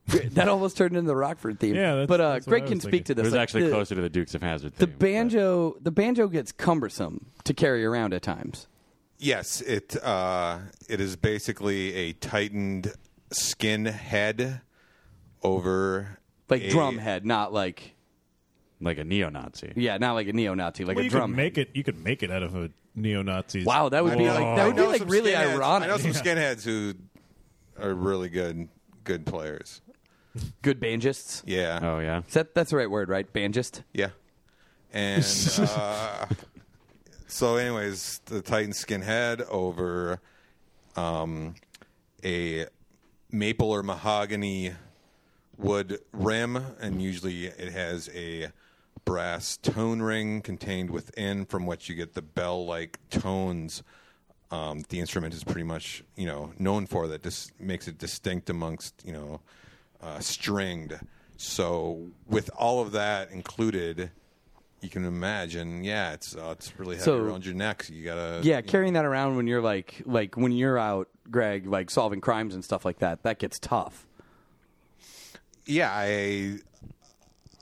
Speaker 3: that almost turned into the Rockford theme.
Speaker 2: Yeah, that's-
Speaker 3: but uh,
Speaker 2: that's what
Speaker 3: Greg
Speaker 2: I
Speaker 3: can
Speaker 2: was
Speaker 3: speak
Speaker 2: thinking.
Speaker 3: to
Speaker 6: it
Speaker 3: this.
Speaker 6: was
Speaker 3: Like,
Speaker 6: actually
Speaker 3: the,
Speaker 6: closer to the Dukes of Hazard.
Speaker 3: The banjo, the banjo gets cumbersome to carry around at times.
Speaker 5: Yes, it uh, it is basically a tightened skin head over
Speaker 3: Like
Speaker 2: Eh.
Speaker 5: a-
Speaker 3: drum head, not like
Speaker 6: like a neo-Nazi.
Speaker 3: yeah, not like a neo-Nazi, like
Speaker 2: Well,
Speaker 3: a
Speaker 2: you
Speaker 3: drum.
Speaker 2: could
Speaker 3: head.
Speaker 2: make it. You could make it out of a neo-Nazi.
Speaker 3: wow, that would
Speaker 5: I
Speaker 3: be
Speaker 5: know-
Speaker 3: like that
Speaker 5: I
Speaker 3: would be
Speaker 5: know
Speaker 3: like
Speaker 5: some
Speaker 3: really
Speaker 5: skinheads-
Speaker 3: ironic.
Speaker 5: I know some skinheads who are really good good players.
Speaker 3: Good banjists.
Speaker 5: Yeah,
Speaker 6: Oh yeah.
Speaker 3: Is that that's the right word, right? Banjist.
Speaker 5: yeah. And uh, so, anyways, the tightened skin head over um, a maple or mahogany wood rim, and usually it has a brass tone ring contained within, from which you get the bell-like tones. Um, the instrument is pretty much you know known for that. This makes it distinct amongst you know uh, stringed. So with all of that included. You can imagine, yeah, it's uh, it's really heavy
Speaker 3: So-
Speaker 5: around your neck. So you gotta,
Speaker 3: Yeah, carrying that around when you're like like when you're out, Greg, like solving crimes and stuff like that, that gets tough.
Speaker 5: yeah. I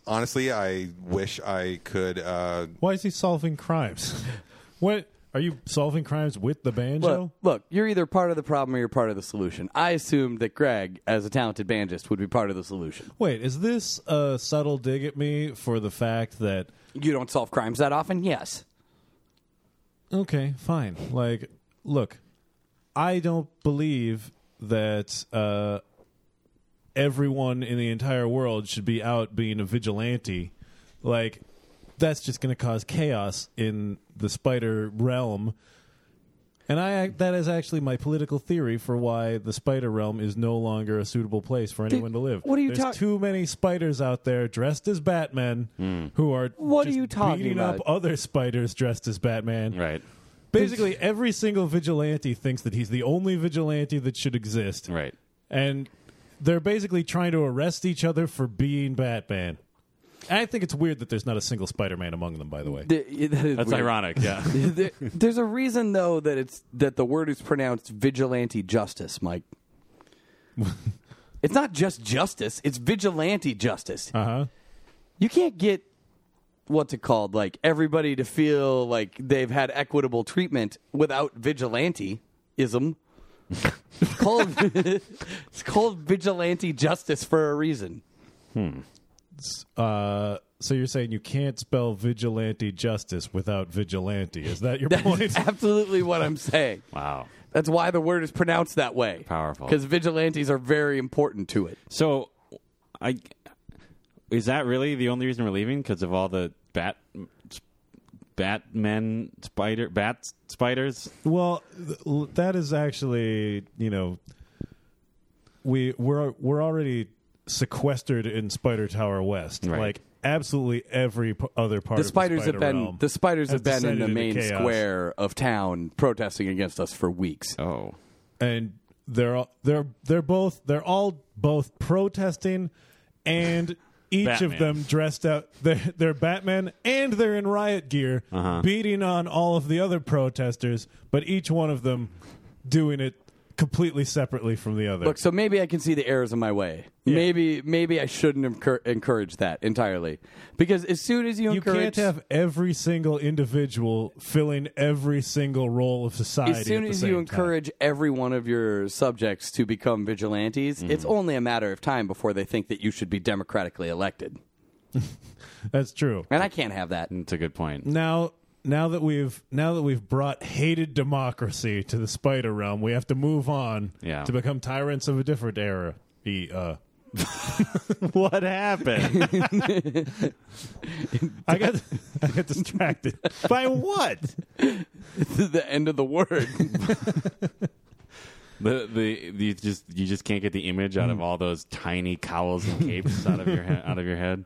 Speaker 5: honestly, I wish I could uh,
Speaker 2: Why is he solving crimes? what are you solving crimes with the banjo?
Speaker 3: Look, look, you're either part of the problem or you're part of the solution. I assumed that Greg, as a talented banjist, would be part of the solution.
Speaker 2: Wait, is this a subtle dig at me for the fact that
Speaker 3: You don't solve crimes that often? Yes.
Speaker 2: okay, fine. Like, look, I don't believe that uh, everyone in the entire world should be out being a vigilante. Like, that's just going to cause chaos in the spider realm. And I that is actually my political theory for why the spider realm is no longer a suitable place for anyone to live.
Speaker 3: what are you
Speaker 2: There's
Speaker 3: talk-
Speaker 2: too many spiders out there dressed as Batman who are
Speaker 3: What are
Speaker 2: just
Speaker 3: you talking
Speaker 2: beating up
Speaker 3: about?
Speaker 2: other spiders dressed as Batman.
Speaker 6: Right.
Speaker 2: Basically, every single vigilante thinks that he's the only vigilante that should exist.
Speaker 6: Right.
Speaker 2: And they're basically trying to arrest each other for being Batman. I think it's weird that there's not a single Spider-Man among them, by the way.
Speaker 3: Th- that is
Speaker 6: That's
Speaker 3: weird.
Speaker 6: ironic. Yeah.
Speaker 3: There- There's a reason though that it's that the word is pronounced vigilante justice, Mike. it's not just justice, it's vigilante justice.
Speaker 2: Uh-huh.
Speaker 3: you can't get what's it called like everybody to feel like they've had equitable treatment without vigilanteism It's called it's called vigilante justice for a reason.
Speaker 2: Uh, so you're saying you can't spell vigilante justice without vigilante? Is that your
Speaker 3: That
Speaker 2: point?
Speaker 3: is absolutely what I'm saying.
Speaker 6: Wow.
Speaker 3: That's why the word is pronounced that way.
Speaker 6: Powerful.
Speaker 3: Because vigilantes are very important to it.
Speaker 6: So, I is that really the only reason we're leaving? Because of all the bat, Batman spider, bat spiders.
Speaker 2: Well, th- l- that is actually, you know, we we're we're already sequestered in Spider Tower West.
Speaker 6: Right.
Speaker 2: Like absolutely every p- other part.
Speaker 3: The
Speaker 2: of
Speaker 3: spiders
Speaker 2: the
Speaker 3: have been
Speaker 2: realm
Speaker 3: the spiders
Speaker 2: has
Speaker 3: have been in
Speaker 2: descended
Speaker 3: the
Speaker 2: into
Speaker 3: main
Speaker 2: chaos.
Speaker 3: square of town protesting against us for weeks.
Speaker 6: Oh,
Speaker 2: and they're all, they're they're both they're all both protesting and. Each
Speaker 6: Batman.
Speaker 2: of them dressed out, they're, they're Batman and they're in riot gear, beating on all of the other protesters, but each one of them doing it completely separately from the other.
Speaker 3: Look, so maybe I can see the errors in my way. Maybe maybe I shouldn't encur- encourage that entirely because as soon as you,
Speaker 2: You can't
Speaker 3: encourage
Speaker 2: have every single individual filling every single role of society.
Speaker 3: as soon
Speaker 2: at the
Speaker 3: as
Speaker 2: same
Speaker 3: you
Speaker 2: time.
Speaker 3: encourage every one of your subjects to become vigilantes, it's only a matter of time before they think that you should be democratically elected.
Speaker 2: that's true.
Speaker 3: And I can't have that.
Speaker 6: that's a good point.
Speaker 2: Now, now that we've now that we've brought hated democracy to the spider realm, we have to move on
Speaker 6: Yeah.
Speaker 2: to become tyrants of a different era. E, uh,
Speaker 6: what happened?
Speaker 2: I got I got distracted by what?
Speaker 3: the end of the word.
Speaker 6: the the you just you just can't get the image out of all those tiny cowls and capes out of your he- out of your head.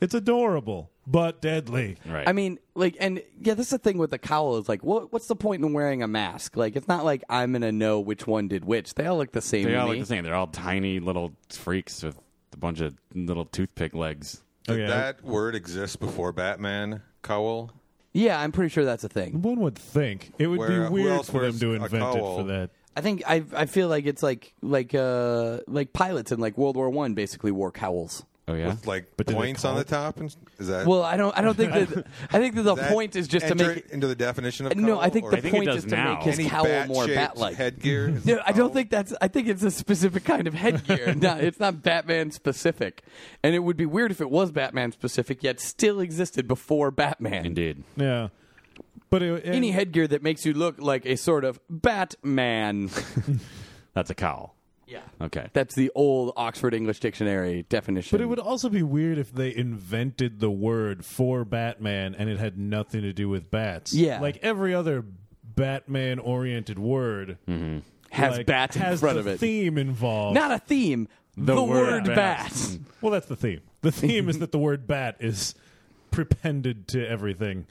Speaker 2: It's adorable but deadly.
Speaker 6: Right.
Speaker 3: I mean, like, and yeah, that's the thing with the cowl is like, what, what's the point in wearing a mask? Like, it's not like I'm gonna know which one did which. They all look the same.
Speaker 6: they
Speaker 3: to
Speaker 6: all look
Speaker 3: me.
Speaker 6: the same. They're all tiny little freaks with a bunch of little toothpick legs.
Speaker 5: Did
Speaker 2: Okay.
Speaker 5: that word exists before Batman cowl?
Speaker 3: Yeah, I'm pretty sure that's a thing.
Speaker 2: One would think it would
Speaker 5: Where-
Speaker 2: be
Speaker 5: who
Speaker 2: weird
Speaker 5: else
Speaker 2: for them
Speaker 5: wears
Speaker 2: to
Speaker 5: a
Speaker 2: invent it
Speaker 5: cowl?
Speaker 2: for that.
Speaker 3: I think I I feel like it's like like uh like pilots in like World War One basically wore cowls.
Speaker 6: Oh yeah.
Speaker 5: With like
Speaker 2: But do they
Speaker 5: points on
Speaker 2: call
Speaker 5: the
Speaker 2: it-
Speaker 5: top? And, is that
Speaker 3: Well, I don't I don't think that I think that the
Speaker 5: that
Speaker 3: point is just to
Speaker 5: enter
Speaker 3: make it,
Speaker 5: into the definition of
Speaker 3: no.
Speaker 5: cowl,
Speaker 3: I think
Speaker 5: or
Speaker 3: the
Speaker 6: I think it
Speaker 3: point
Speaker 6: does
Speaker 3: is to
Speaker 6: now.
Speaker 3: make his
Speaker 5: any
Speaker 3: cowl more
Speaker 5: bat-shaped
Speaker 3: bat-like.
Speaker 5: headgear. is
Speaker 3: No, I
Speaker 5: cowl?
Speaker 3: don't think that's. I think it's a specific kind of headgear. no, it's not Batman specific, and it would be weird if it was Batman specific, yet still existed before Batman.
Speaker 6: Indeed.
Speaker 2: Yeah, but it,
Speaker 3: Any headgear that makes you look like a sort of Batman.
Speaker 6: That's a cowl.
Speaker 3: yeah,
Speaker 6: Okay.
Speaker 3: that's the old Oxford English Dictionary definition.
Speaker 2: But it would also be weird if they invented the word for Batman and it had nothing to do with bats.
Speaker 3: Yeah.
Speaker 2: Like every other Batman oriented word
Speaker 3: has
Speaker 2: like,
Speaker 3: bats in
Speaker 2: has
Speaker 3: front
Speaker 2: the
Speaker 3: of it.
Speaker 2: theme involved.
Speaker 3: Not a theme. The, word, bat.
Speaker 2: well, that's the theme. The theme is that the word bat is prepended to everything.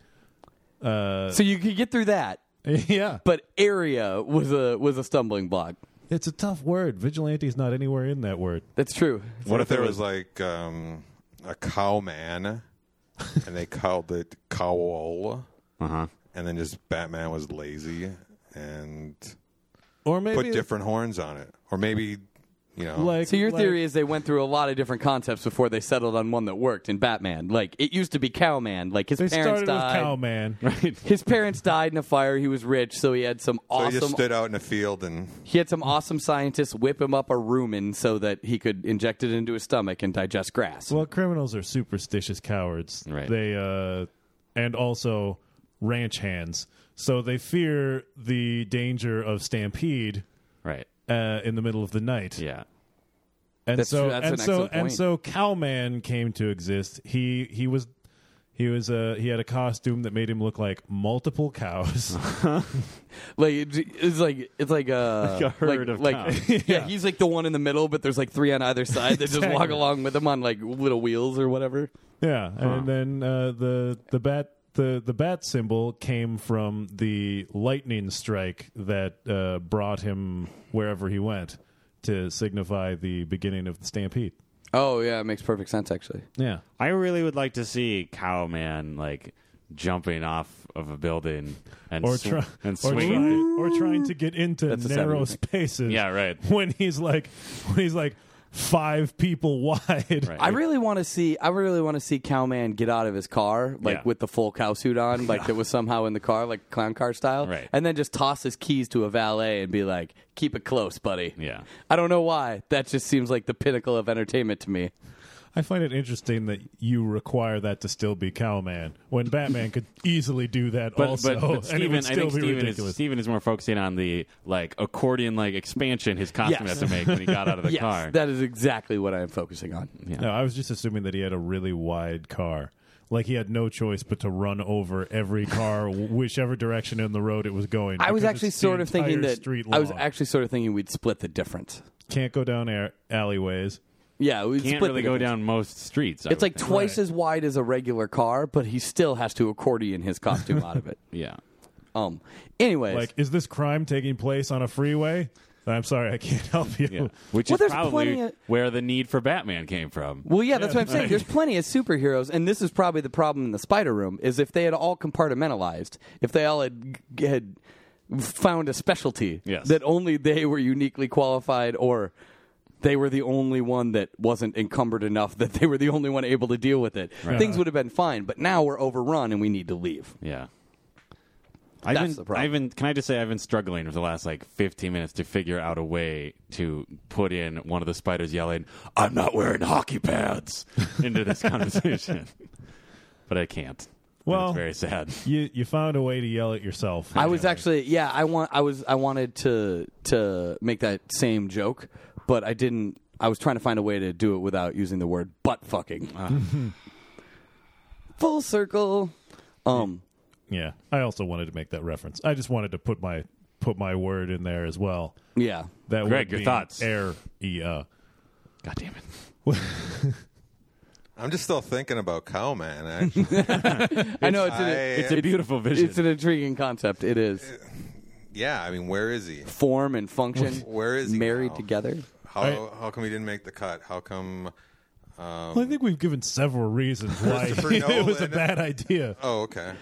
Speaker 2: Uh,
Speaker 3: so you could get through that,
Speaker 2: yeah.
Speaker 3: but area was a was a stumbling block.
Speaker 2: It's a tough word. Vigilante is not anywhere in that word.
Speaker 3: That's true.
Speaker 5: What if there was like um, a cow man, and they called it cowl,
Speaker 6: Uh huh.
Speaker 5: and then just Batman was lazy and
Speaker 2: Or maybe
Speaker 5: put different horns on it, or maybe you know,
Speaker 2: like
Speaker 3: So your
Speaker 2: like-
Speaker 3: theory is they went through a lot of different concepts before they settled on one that worked in Batman. Like it used to be Cowman. Like his
Speaker 2: they
Speaker 3: parents
Speaker 2: started
Speaker 3: died.
Speaker 2: with cowman.
Speaker 6: Right.
Speaker 3: His parents died in a fire. He was rich, so he had some
Speaker 5: so he
Speaker 3: awesome.
Speaker 5: just stood out in a field and
Speaker 3: he had some awesome scientists whip him up a rumen so that he could inject it into his stomach and digest grass.
Speaker 2: Well, criminals are superstitious cowards.
Speaker 6: Right.
Speaker 2: They uh, and also ranch hands, so they fear the danger of stampede
Speaker 6: Right.
Speaker 2: uh, in the middle of the night.
Speaker 6: Yeah.
Speaker 2: And
Speaker 3: That's
Speaker 2: so
Speaker 3: true. That's
Speaker 2: and
Speaker 3: an
Speaker 2: so
Speaker 3: excellent
Speaker 2: and
Speaker 3: point.
Speaker 2: so cowman came to exist. He he was he was uh, he had a costume that made him look like multiple cows.
Speaker 3: like it- it's like it's like uh,
Speaker 6: Like a herd
Speaker 3: like,
Speaker 6: of
Speaker 3: like-
Speaker 6: cows.
Speaker 3: yeah, he's like the one in the middle, but there's like three on either side that just walk
Speaker 2: Exactly.
Speaker 3: along with him on like little wheels or whatever.
Speaker 2: yeah, and then uh, the the bat. The, the bat symbol came from the lightning strike that uh, brought him wherever he went to signify the beginning of the stampede.
Speaker 3: Oh yeah, it makes perfect sense actually.
Speaker 2: Yeah.
Speaker 6: I really would like to see Cowman like jumping off of a building and
Speaker 2: Or,
Speaker 6: sw-
Speaker 2: try,
Speaker 6: and
Speaker 2: or,
Speaker 6: swinging.
Speaker 2: try-
Speaker 6: through-
Speaker 2: or trying to get into
Speaker 3: That's a
Speaker 2: narrow
Speaker 3: seventy.
Speaker 2: spaces.
Speaker 6: Yeah, right.
Speaker 2: When he's like, when he's like, five people wide.
Speaker 6: Right.
Speaker 3: I really want to see. I really want to see Cowman get out of his car, like
Speaker 6: Yeah.
Speaker 3: with the full cow suit on, like that was somehow in the car, like clown car style,
Speaker 6: Right.
Speaker 3: and then just toss his keys to a valet and be like, "Keep it close, buddy."
Speaker 6: Yeah.
Speaker 3: I don't know why. That just seems like the pinnacle of entertainment to me.
Speaker 2: I find it interesting that you require that to still be Cowman when Batman could easily do that
Speaker 6: But,
Speaker 2: also,
Speaker 6: but, but
Speaker 2: and it
Speaker 6: Steven, I
Speaker 2: would still
Speaker 6: think
Speaker 2: be
Speaker 6: Steven is,
Speaker 2: ridiculous.
Speaker 6: Steven is more focusing on the like accordion like expansion his costume
Speaker 3: Yes.
Speaker 6: has to make when he got out of the
Speaker 3: yes,
Speaker 6: car.
Speaker 3: that is exactly what I am focusing on.
Speaker 2: No, I was just assuming that he had a really wide car. Like he had no choice but to run over every car, whichever direction in the road it was going.
Speaker 3: I was
Speaker 2: because
Speaker 3: actually
Speaker 2: it's the
Speaker 3: sort of thinking
Speaker 2: entire
Speaker 3: that
Speaker 2: street
Speaker 3: I was
Speaker 2: long.
Speaker 3: actually sort of thinking we'd split the difference.
Speaker 2: can't go down air alleyways.
Speaker 3: Yeah, we
Speaker 6: Can't
Speaker 3: split
Speaker 6: really
Speaker 3: the
Speaker 6: go
Speaker 3: difference.
Speaker 6: down most streets. I
Speaker 3: It's
Speaker 6: would
Speaker 3: like
Speaker 6: think.
Speaker 3: twice
Speaker 2: Right.
Speaker 3: as wide as a regular car, but he still has to accordion his costume out of it.
Speaker 6: yeah.
Speaker 3: Um. Anyways,
Speaker 2: Like, is this crime taking place on a freeway? I'm sorry, I can't help you.
Speaker 6: Yeah. Which
Speaker 3: Well,
Speaker 6: is
Speaker 3: there's
Speaker 6: probably
Speaker 3: plenty of-
Speaker 6: where the need for Batman came from.
Speaker 3: Well, yeah, that's what I'm saying. There's plenty of superheroes, and this is probably the problem in the Spider Room is if they had all compartmentalized, if they all had had found a specialty
Speaker 6: Yes.
Speaker 3: that only they were uniquely qualified, or they were the only one that wasn't encumbered enough that they were the only one able to deal with it, things would have been fine. But now we're overrun and we need to leave.
Speaker 6: Yeah. I've
Speaker 3: That's
Speaker 6: been,
Speaker 3: the problem.
Speaker 6: I've been, can I just say I've been struggling for the last like 15 minutes to figure out a way to put in one of the spiders yelling, "I'm not wearing hockey pads" into this conversation, but I can't.
Speaker 2: Well-
Speaker 6: it's very sad.
Speaker 2: You you found a way to yell at yourself.
Speaker 3: I was actually yeah, I want I was I wanted to to make that same joke, but I didn't I was trying to find a way to do it without using the word butt fucking. Full circle. Um
Speaker 2: Yeah, I also wanted to make that reference. I just wanted to put my put my word in there as well.
Speaker 3: yeah.
Speaker 2: That
Speaker 6: Greg,
Speaker 2: would
Speaker 6: your
Speaker 2: be
Speaker 6: thoughts?
Speaker 2: Air e
Speaker 5: Um,
Speaker 2: uh.
Speaker 6: God damn it!
Speaker 5: I'm just still thinking about Cowman. Actually,
Speaker 3: I know it's an
Speaker 5: I-
Speaker 6: It's a beautiful vision.
Speaker 3: it's an intriguing concept. It is.
Speaker 5: yeah, I mean, where is he?
Speaker 3: Form and function
Speaker 5: Where is he
Speaker 3: married
Speaker 5: now?
Speaker 3: together.
Speaker 5: How
Speaker 2: I-
Speaker 5: how come he didn't make the cut? How come?
Speaker 2: Well, I think we've given several reasons why
Speaker 5: Christopher
Speaker 2: it was a
Speaker 5: Nolan.
Speaker 2: bad idea.
Speaker 5: Oh, okay.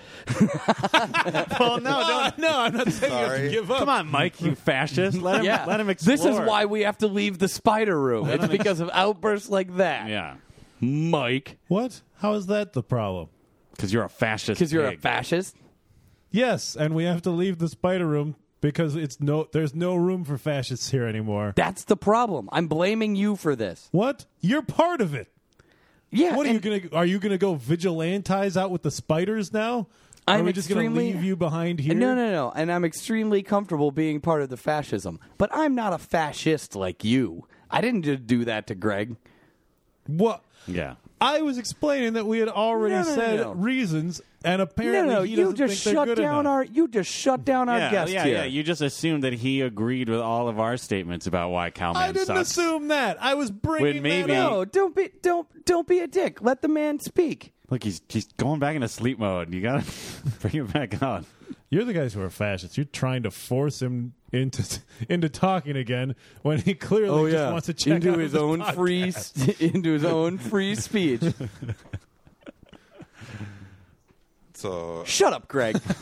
Speaker 2: Well, no, don't, no, I'm not saying
Speaker 5: have to Sorry. give
Speaker 2: up.
Speaker 6: Come on, Mike, you fascist! Let him,
Speaker 3: Yeah.
Speaker 6: let him explore.
Speaker 3: this is why we have to leave the spider room. It's because of outbursts like that.
Speaker 6: Yeah,
Speaker 3: Mike.
Speaker 2: What? How is that the problem?
Speaker 6: because you're a fascist.
Speaker 3: Because you're a
Speaker 6: pig.
Speaker 3: fascist.
Speaker 2: Yes, and we have to leave the spider room because it's no. There's no room for fascists here anymore.
Speaker 3: That's the problem. I'm blaming you for this.
Speaker 2: What? You're part of it.
Speaker 3: Yeah.
Speaker 2: What are
Speaker 3: and-
Speaker 2: you gonna? Are you gonna go vigilantize out with the spiders now?
Speaker 3: I'm
Speaker 2: are we just
Speaker 3: extremely-
Speaker 2: gonna leave you behind here?
Speaker 3: And No, no, no. And I'm extremely comfortable being part of the fascism. But I'm not a fascist like you. I didn't just do that to Greg.
Speaker 2: What?
Speaker 6: Yeah,
Speaker 2: I was explaining that we had already
Speaker 3: No, no, no,
Speaker 2: said
Speaker 3: no.
Speaker 2: reasons, and
Speaker 3: No,
Speaker 2: apparently
Speaker 3: no,
Speaker 2: he
Speaker 3: you
Speaker 2: doesn't
Speaker 3: just
Speaker 2: think they're
Speaker 3: shut
Speaker 2: good
Speaker 3: down
Speaker 2: enough.
Speaker 3: our you just shut down our
Speaker 6: yeah,
Speaker 3: guest
Speaker 6: yeah,
Speaker 3: here.
Speaker 6: yeah. You just assumed that he agreed with all of our statements about why Cowman
Speaker 2: I didn't
Speaker 6: sucks.
Speaker 2: assume that. I was bringing
Speaker 6: When maybe-
Speaker 2: that up.
Speaker 3: no, don't be don't don't be a dick. Let the man speak.
Speaker 6: Look, he's he's going back into sleep mode. You gotta bring him back on.
Speaker 2: You're the guys who are fascists. You're trying to force him into into talking again when he clearly just wants to check
Speaker 3: into
Speaker 2: out
Speaker 3: his
Speaker 2: this
Speaker 3: own
Speaker 2: podcast.
Speaker 3: free s- into his own free speech.
Speaker 5: So
Speaker 3: Shut up, Greg.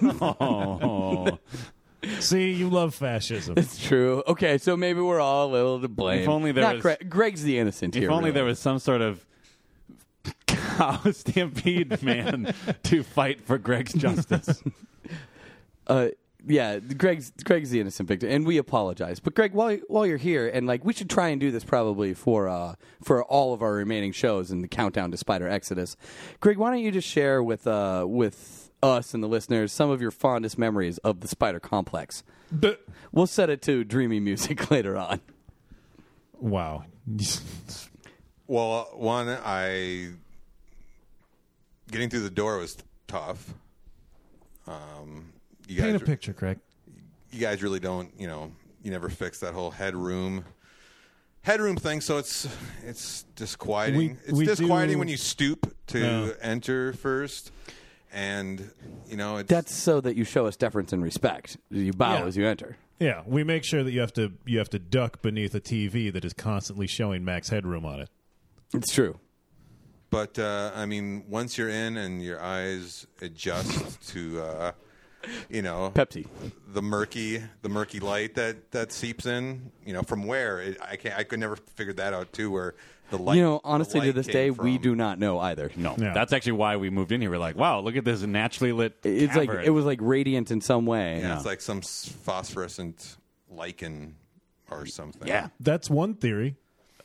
Speaker 6: Oh,
Speaker 2: See, you love fascism.
Speaker 3: It's true. Okay, so maybe we're all a little to blame.
Speaker 6: If only there
Speaker 3: Not
Speaker 6: was-
Speaker 3: Greg. Greg's the innocent
Speaker 6: if
Speaker 3: here.
Speaker 6: only
Speaker 3: really.
Speaker 6: there was some sort of cow stampede man to fight for Greg's justice.
Speaker 3: uh, yeah, Greg's Greg's the innocent victim, and we apologize. But Greg, while while you're here, and like we should try and do this probably for uh for all of our remaining shows in the countdown to Spider Exodus. Greg, why don't you just share with uh with us and the listeners some of your fondest memories of the Spider Complex?
Speaker 2: But-
Speaker 3: We'll set it to dreamy music later on.
Speaker 2: wow.
Speaker 5: Well, one, I getting through the door was tough. Um, you
Speaker 2: Paint a
Speaker 5: guys,
Speaker 2: picture, Craig.
Speaker 5: you guys really don't, you know, you never fix that whole headroom headroom thing. So it's it's disquieting.
Speaker 2: We-
Speaker 5: it's
Speaker 2: we
Speaker 5: disquieting
Speaker 2: do-
Speaker 5: when you stoop to
Speaker 2: Yeah.
Speaker 5: enter first, and you know it's
Speaker 3: That's so that you show us deference and respect. You bow
Speaker 2: Yeah.
Speaker 3: as you enter.
Speaker 2: Yeah, we make sure that you have to you have to duck beneath a TV that is constantly showing max headroom on it.
Speaker 3: It's true.
Speaker 5: But uh, I mean, once you're in and your eyes adjust to uh, you know
Speaker 3: Pepsi.
Speaker 5: the murky the murky light that that seeps in you know from where it, i can't i could never figure that out too where the light
Speaker 3: You know,
Speaker 5: the
Speaker 3: honestly, to
Speaker 5: light
Speaker 3: this
Speaker 5: came
Speaker 3: day, we
Speaker 5: from.
Speaker 3: do not know either.
Speaker 6: No,
Speaker 2: Yeah.
Speaker 6: that's actually why we moved in here. We're like, wow, look at this naturally lit.
Speaker 3: It's like
Speaker 6: cavern.
Speaker 3: it was like radiant in some way.
Speaker 5: yeah, it's like some s- phosphorescent lichen or something
Speaker 6: yeah.
Speaker 2: That's one theory.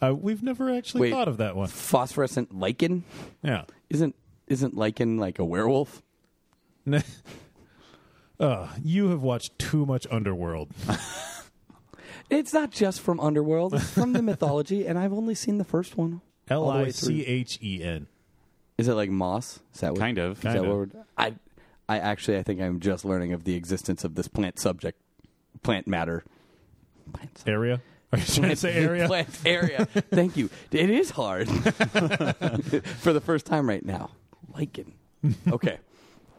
Speaker 2: Uh, we've never actually
Speaker 3: Wait.
Speaker 2: thought of that one.
Speaker 3: Phosphorescent lichen
Speaker 2: Yeah.
Speaker 3: isn't isn't lichen like a werewolf?
Speaker 2: uh, you have watched too much Underworld.
Speaker 3: It's not just from Underworld; it's from the mythology, and I've only seen the first one.
Speaker 2: L
Speaker 3: all the
Speaker 2: I
Speaker 3: way through.
Speaker 2: C H E N.
Speaker 3: Is it like moss? Is that what,
Speaker 6: Kind of.
Speaker 3: Is that
Speaker 2: Kinda.
Speaker 3: what we're, I? I actually, I think I'm just learning of the existence of this plant subject, plant matter, plant. subject.
Speaker 2: Area? Are you trying to say area?
Speaker 3: Plant area. Thank you. It is hard for the first time right now. Lichen. Okay,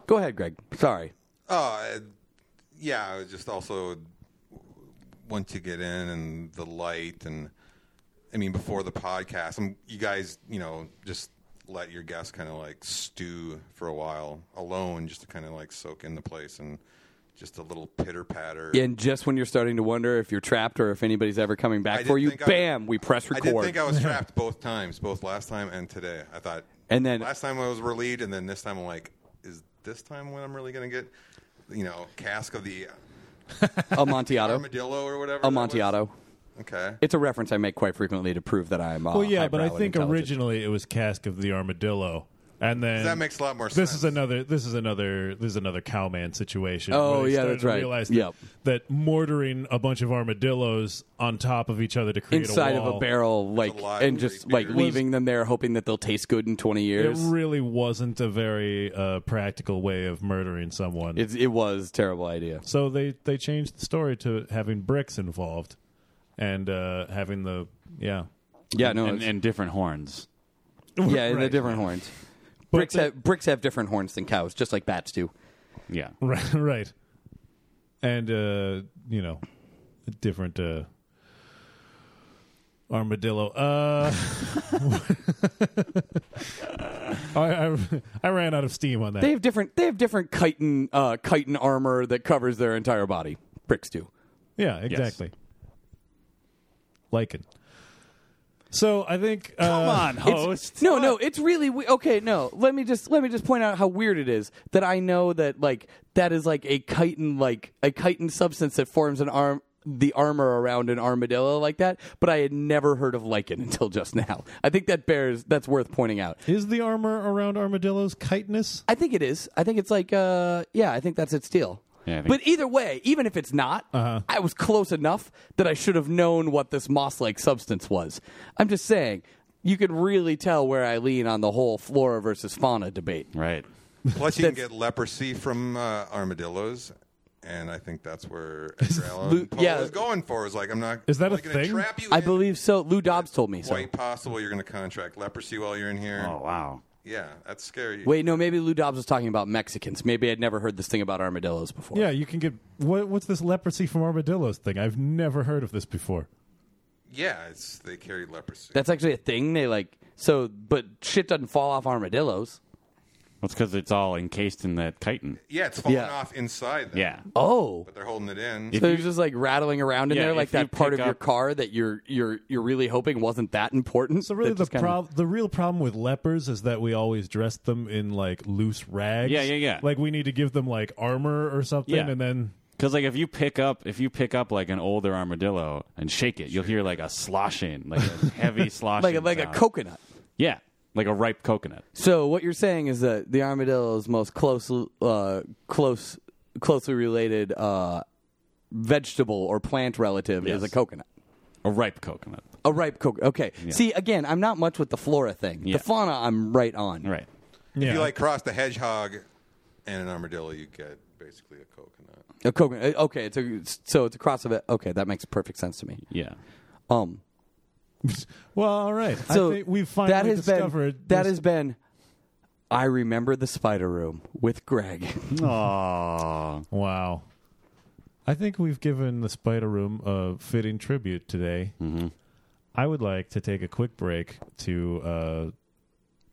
Speaker 3: go ahead, Greg. Sorry.
Speaker 5: Oh, uh, yeah. I was just also once you get in and the light, and I mean, before the podcast, i you guys, you know, just let your guests kind of like stew for a while alone, just to kind of like soak in the place and just a little pitter patter.
Speaker 3: And just when you're starting to wonder if you're trapped or if anybody's ever coming
Speaker 5: I
Speaker 3: back
Speaker 5: did
Speaker 3: for you,
Speaker 5: think I-
Speaker 3: bam, we press
Speaker 5: I did
Speaker 3: record.
Speaker 5: think I was trapped both times, both last time and today. I thought,
Speaker 3: And then-
Speaker 5: last time I was relieved, and then this time I'm like, is this time when I'm really going to get, you know, cask of the
Speaker 3: Amontillado.
Speaker 5: armadillo or whatever? that was?
Speaker 3: Amontillado.
Speaker 5: Okay.
Speaker 3: It's a reference I make quite frequently to prove that I'm. Uh,
Speaker 2: Well, yeah, but I
Speaker 3: highbrow and
Speaker 2: think
Speaker 3: intelligent.
Speaker 2: originally it was Cask of the Armadillo, and then
Speaker 5: That makes a lot more sense.
Speaker 2: This is another. This is another. This is another cowman situation. where
Speaker 3: Oh,
Speaker 2: they
Speaker 3: yeah,
Speaker 2: started
Speaker 3: that's
Speaker 2: to
Speaker 3: right.
Speaker 2: Realize
Speaker 3: Yep.
Speaker 2: that, that mortering a bunch of armadillos on top of each other to create
Speaker 3: inside
Speaker 2: a wall,
Speaker 3: of a barrel, like
Speaker 5: live
Speaker 3: and just
Speaker 5: grape
Speaker 3: like
Speaker 5: beer.
Speaker 3: leaving them there, hoping that they'll taste good in 20
Speaker 2: It
Speaker 3: years.
Speaker 2: really wasn't a very uh, practical way of murdering someone.
Speaker 3: It's it was a terrible idea.
Speaker 2: so they they changed the story to having bricks involved, and uh, having the yeah.
Speaker 3: Yeah, no,
Speaker 6: and,
Speaker 3: it's-
Speaker 6: and different horns.
Speaker 3: yeah, and the
Speaker 2: Right.
Speaker 3: different horns.
Speaker 2: But
Speaker 3: Bricks
Speaker 2: the-
Speaker 3: have bricks have different horns than cows, just like bats do.
Speaker 6: Yeah.
Speaker 2: Right, right. And uh, you know, different uh armadillo. Uh I, I I ran out of steam on that.
Speaker 3: They have different they have different chitin uh, chitin armor that covers their entire body. Bricks do.
Speaker 2: yeah, exactly. Lichen. So I think uh,
Speaker 6: Come on,
Speaker 3: It's-
Speaker 6: host.
Speaker 3: No, no, it's really we- okay. No, let me just let me just point out how weird it is that I know that like that is like a chitin like a chitin substance that forms an arm the armor around an armadillo like that. But I had never heard of lichen until just now. I think that bears that's worth pointing out.
Speaker 2: is the armor around armadillos chitinous?
Speaker 3: I think it is. I think it's like uh yeah. I think that's its deal.
Speaker 6: Yeah, I think-
Speaker 3: but either way, even if it's not, I was close enough that I should have known what this moss-like substance was. I'm just saying, you could really tell where I lean on the whole flora versus fauna debate.
Speaker 6: Right.
Speaker 5: Plus, you can get leprosy from uh, armadillos, and I think that's where Edgar Allan Poe
Speaker 3: yeah.
Speaker 5: was going for. Is like, I'm not.
Speaker 2: Is that
Speaker 5: I'm
Speaker 2: a
Speaker 5: not gonna
Speaker 2: thing?
Speaker 5: Trap you
Speaker 3: I
Speaker 5: in.
Speaker 3: believe so. Lou Dobbs told me so.
Speaker 5: Quite possible you're going to contract leprosy while you're in here.
Speaker 6: Oh wow.
Speaker 5: Yeah, that's scary.
Speaker 3: Wait, no, maybe Lou Dobbs was talking about Mexicans. Maybe I'd never heard this thing about armadillos before.
Speaker 2: Yeah, you can get what, what's this leprosy from armadillos thing? I've never heard of this before.
Speaker 5: Yeah, it's they carry leprosy.
Speaker 3: That's actually a thing. They like so, but shit doesn't fall off armadillos.
Speaker 6: That's because it's all encased in that chitin.
Speaker 5: yeah, it's falling
Speaker 3: Yeah.
Speaker 5: off inside. Them,
Speaker 6: Yeah.
Speaker 3: Oh,
Speaker 5: but they're holding it in.
Speaker 3: So you're just like rattling around in
Speaker 6: Yeah,
Speaker 3: there, like
Speaker 6: if you
Speaker 3: that part
Speaker 6: pick
Speaker 3: of your
Speaker 6: up-
Speaker 3: car that you're you're you're really hoping wasn't that important.
Speaker 2: So really,
Speaker 3: that
Speaker 2: the
Speaker 3: just kinda-
Speaker 2: prob- the real problem with lepers is that we always dress them in like loose rags.
Speaker 6: Yeah, yeah, yeah.
Speaker 2: Like we need to give them like armor or something,
Speaker 6: Yeah.
Speaker 2: and then
Speaker 6: Because like if you pick up if you pick up like an older armadillo and shake it, you'll hear like a sloshing, like a heavy sloshing,
Speaker 3: like a, like a
Speaker 6: sound.
Speaker 3: coconut.
Speaker 6: Yeah, like a ripe coconut.
Speaker 3: So what you're saying is that the armadillo's most close uh, close closely related uh, vegetable or plant relative is
Speaker 6: Yes.
Speaker 3: a coconut.
Speaker 6: A ripe coconut.
Speaker 3: A ripe coconut. Okay. See, again, I'm not much with the flora thing.
Speaker 6: Yeah.
Speaker 3: The fauna, I'm right on.
Speaker 6: Right.
Speaker 2: yeah.
Speaker 5: If you like cross the hedgehog and an armadillo, you get basically a coconut.
Speaker 3: A coconut. uh, Okay. It's a, so it's a cross of it. Okay, that makes perfect sense to me.
Speaker 6: Yeah.
Speaker 3: Um.
Speaker 2: well, all right.
Speaker 3: So
Speaker 2: I think we've finally
Speaker 3: that has
Speaker 2: discovered
Speaker 3: been that
Speaker 2: this-
Speaker 3: has been. I remember the spider room with Greg.
Speaker 6: Aww.
Speaker 2: wow. I think we've given the spider room a fitting tribute today. I would like to take a quick break to uh,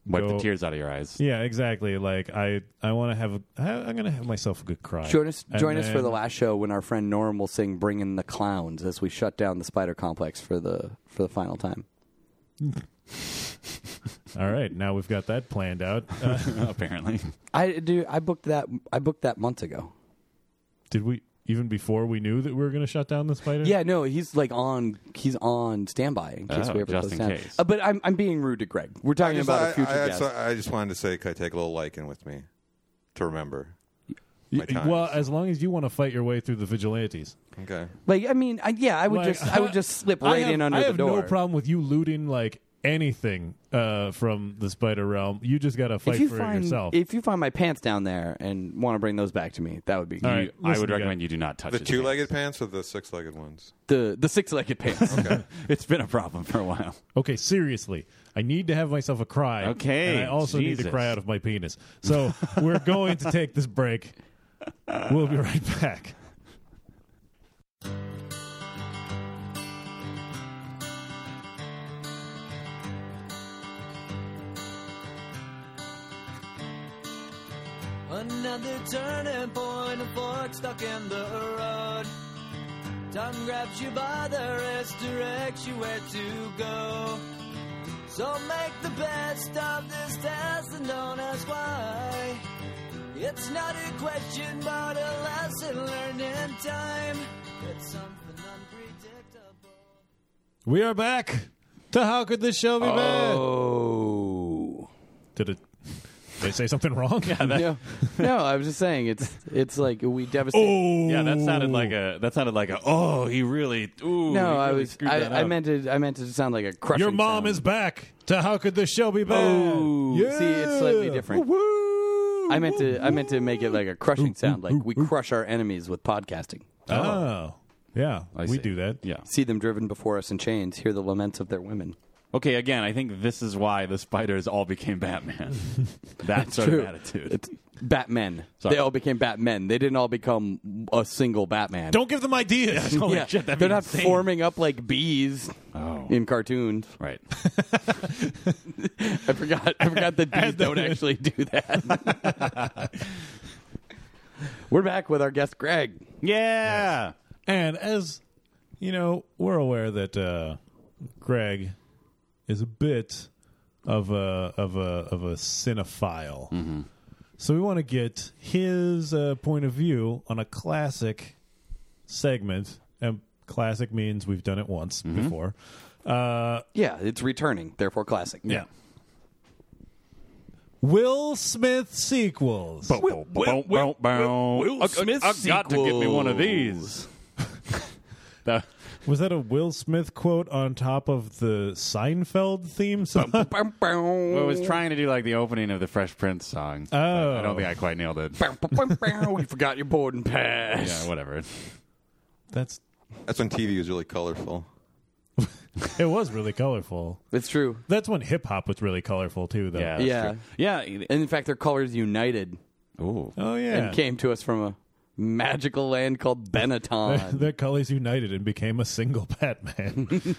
Speaker 6: wipe
Speaker 2: Go-
Speaker 6: the tears out of your eyes.
Speaker 2: Yeah, exactly. Like I, I want to have. a- I- I'm gonna have myself a good cry.
Speaker 3: Join us,
Speaker 2: And
Speaker 3: join us for
Speaker 2: then-
Speaker 3: the last show when our friend Norm will sing "Bring in the Clowns" as we shut down the Spider Complex for the for the final time.
Speaker 2: All right, now we've got that planned out. Uh,
Speaker 6: Apparently,
Speaker 3: I do. I booked that. I booked that months ago.
Speaker 2: did we even before we knew that we were gonna shut down the spider?
Speaker 3: Yeah, no, he's like on. He's on standby in case
Speaker 6: Oh,
Speaker 3: we ever
Speaker 6: just
Speaker 3: close
Speaker 6: in
Speaker 3: down.
Speaker 6: case.
Speaker 3: Uh, but I'm I'm being rude to Greg. We're talking
Speaker 5: just-
Speaker 3: about a future
Speaker 5: I, I,
Speaker 3: guest.
Speaker 5: so I just wanted to say, could I take a little Lycan with me to remember?
Speaker 2: Y-
Speaker 5: My time.
Speaker 2: Well, as long as you want to fight your way through the vigilantes,
Speaker 5: Okay.
Speaker 3: like I mean, I, yeah, I would
Speaker 2: Like,
Speaker 3: just I would just slip right
Speaker 2: I have,
Speaker 3: in under
Speaker 2: I
Speaker 3: the
Speaker 2: have
Speaker 3: door.
Speaker 2: no problem with you looting like anything uh, from the spider realm. You just gotta fight
Speaker 3: If you
Speaker 2: for
Speaker 3: find
Speaker 2: it yourself.
Speaker 3: if you find my pants down there and want to bring those back to me, that would be
Speaker 2: All
Speaker 6: You-
Speaker 2: right,
Speaker 6: I
Speaker 2: listen,
Speaker 6: would
Speaker 2: guy.
Speaker 6: recommend you do not touch
Speaker 5: The
Speaker 6: his
Speaker 5: two legged
Speaker 6: hands.
Speaker 5: pants or the six legged ones?
Speaker 3: the the six legged pants.
Speaker 6: It's been a problem for a while.
Speaker 2: Okay, seriously. I need to have myself a cry.
Speaker 6: Okay,
Speaker 2: And I also need
Speaker 6: Jesus.
Speaker 2: to cry out of my penis. So we're going to take this break. We'll be right back.
Speaker 7: Another turning point, a fork stuck in the road. Time grabs you by the wrist, directs you where to go. So make the best of this test and don't ask why. It's not a question, but a lesson learned in time. It's something unpredictable.
Speaker 2: We are back to How Could This Show Be Bad?
Speaker 3: oh.
Speaker 2: Did it did I say something wrong? Yeah,
Speaker 3: no, no, I was just saying it's it's like we devastate.
Speaker 2: oh,
Speaker 6: Yeah, that sounded like a that sounded like a oh he really
Speaker 2: Oh,
Speaker 6: ooh
Speaker 3: no,
Speaker 6: he
Speaker 3: I
Speaker 6: really
Speaker 3: was
Speaker 6: screwed
Speaker 3: I,
Speaker 6: that
Speaker 3: I
Speaker 6: up."
Speaker 3: meant it. I meant it to sound like a crushing.
Speaker 2: Your mom
Speaker 3: sound.
Speaker 2: is back to How Could This Show Be Bad?
Speaker 3: Oh,
Speaker 2: yeah.
Speaker 3: see, it's slightly different.
Speaker 2: Woo-woo,
Speaker 3: I meant to I meant to make it like a crushing sound, like
Speaker 2: ooh,
Speaker 3: we
Speaker 2: ooh.
Speaker 3: crush our enemies with podcasting.
Speaker 2: woo-woo. Oh. Yeah,
Speaker 6: I
Speaker 2: we
Speaker 6: see.
Speaker 2: do that.
Speaker 6: Yeah.
Speaker 3: See them driven before us in chains, hear the laments of their women.
Speaker 6: Okay. Again, I think this is why the spiders all became Batman. that sort of attitude.
Speaker 3: It's Batmen.
Speaker 6: Sorry.
Speaker 3: They all became Batmen. They didn't all become a single Batman.
Speaker 2: Don't give them ideas.
Speaker 6: Holy
Speaker 3: yeah,
Speaker 6: shit, that'd
Speaker 3: they're
Speaker 6: be
Speaker 3: not
Speaker 6: insane.
Speaker 3: forming up like bees
Speaker 6: Oh.
Speaker 3: in cartoons.
Speaker 6: Right.
Speaker 3: I forgot. I forgot that bees
Speaker 2: that
Speaker 3: don't
Speaker 2: in.
Speaker 3: actually do that. We're back with our guest Greg.
Speaker 6: Yeah.
Speaker 2: And as you know, we're aware that uh, Greg is a bit of a of a of a cinephile. So we want to get his uh, point of view on a classic segment, and classic means we've done it once before. Uh,
Speaker 3: Yeah, it's returning, therefore classic.
Speaker 2: yeah. Will Smith sequels.
Speaker 6: Boom, boom, boom, boom.
Speaker 3: Will
Speaker 6: I- I-
Speaker 3: Smith
Speaker 6: I got to get me one of
Speaker 3: sequels.
Speaker 6: these. That-
Speaker 2: Was that a Will Smith quote on top of the Seinfeld theme song?
Speaker 3: Bow,
Speaker 6: I
Speaker 3: bow.
Speaker 6: was trying to do like the opening of the Fresh Prince song. but I
Speaker 2: Oh.
Speaker 6: don't think I quite nailed it.
Speaker 3: Bow, bow, bow, bow. You forgot your boarding pass.
Speaker 6: Yeah, whatever.
Speaker 2: That's
Speaker 5: That's when TV was really colorful.
Speaker 2: it was really colorful.
Speaker 3: It's true.
Speaker 2: That's when hip hop was really colorful too, though.
Speaker 6: Yeah. That's
Speaker 3: yeah.
Speaker 6: true. Yeah. it-
Speaker 3: And in fact, their colors united
Speaker 6: Ooh.
Speaker 2: Oh yeah.
Speaker 3: and came to us from a magical land called
Speaker 2: their,
Speaker 3: Benetton.
Speaker 2: their colors united and became a single Batman.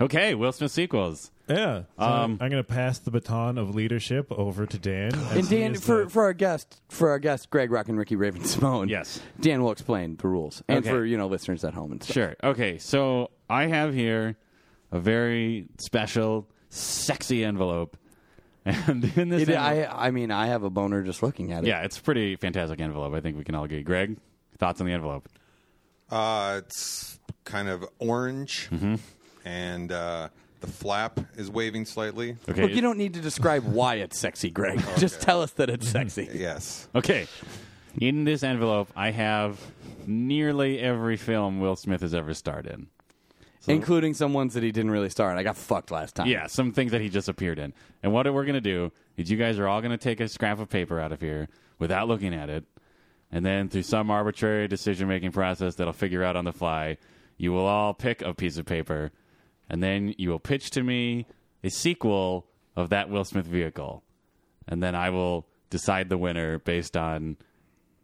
Speaker 6: Okay. Will Smith sequels.
Speaker 2: yeah. So
Speaker 6: Um,
Speaker 2: I'm going to pass the baton of leadership over to Dan. as
Speaker 3: and
Speaker 2: he
Speaker 3: Dan,
Speaker 2: is
Speaker 3: for,
Speaker 2: the-
Speaker 3: for our guest, for our guest Greg Rock and Ricky Raven Simone.
Speaker 6: Yes.
Speaker 3: Dan will explain the rules, and
Speaker 6: Okay.
Speaker 3: for you know listeners at home and stuff.
Speaker 6: Sure. Okay. So I have here a very special, sexy envelope, and in this,
Speaker 3: It,
Speaker 6: envelope-
Speaker 3: I I mean, I have a boner just looking at it.
Speaker 6: yeah, it's a pretty fantastic envelope. I think we can all agree. Greg, thoughts on the envelope?
Speaker 5: Uh, it's kind of orange, and uh, the flap is waving slightly.
Speaker 6: Okay.
Speaker 3: Look, you don't need to describe why it's sexy, Greg. Just tell us that it's sexy.
Speaker 5: Yes.
Speaker 6: Okay. In this envelope, I have nearly every film Will Smith has ever starred in.
Speaker 3: Including some ones that he didn't really star in. I got fucked last time.
Speaker 6: Yeah, some things that he just appeared in. And what we're going to do is you guys are all going to take a scrap of paper out of here without looking at it. And then through some arbitrary decision making process that I'll figure out on the fly, you will all pick a piece of paper. And then you will pitch to me a sequel of that Will Smith vehicle. And then I will decide the winner based on,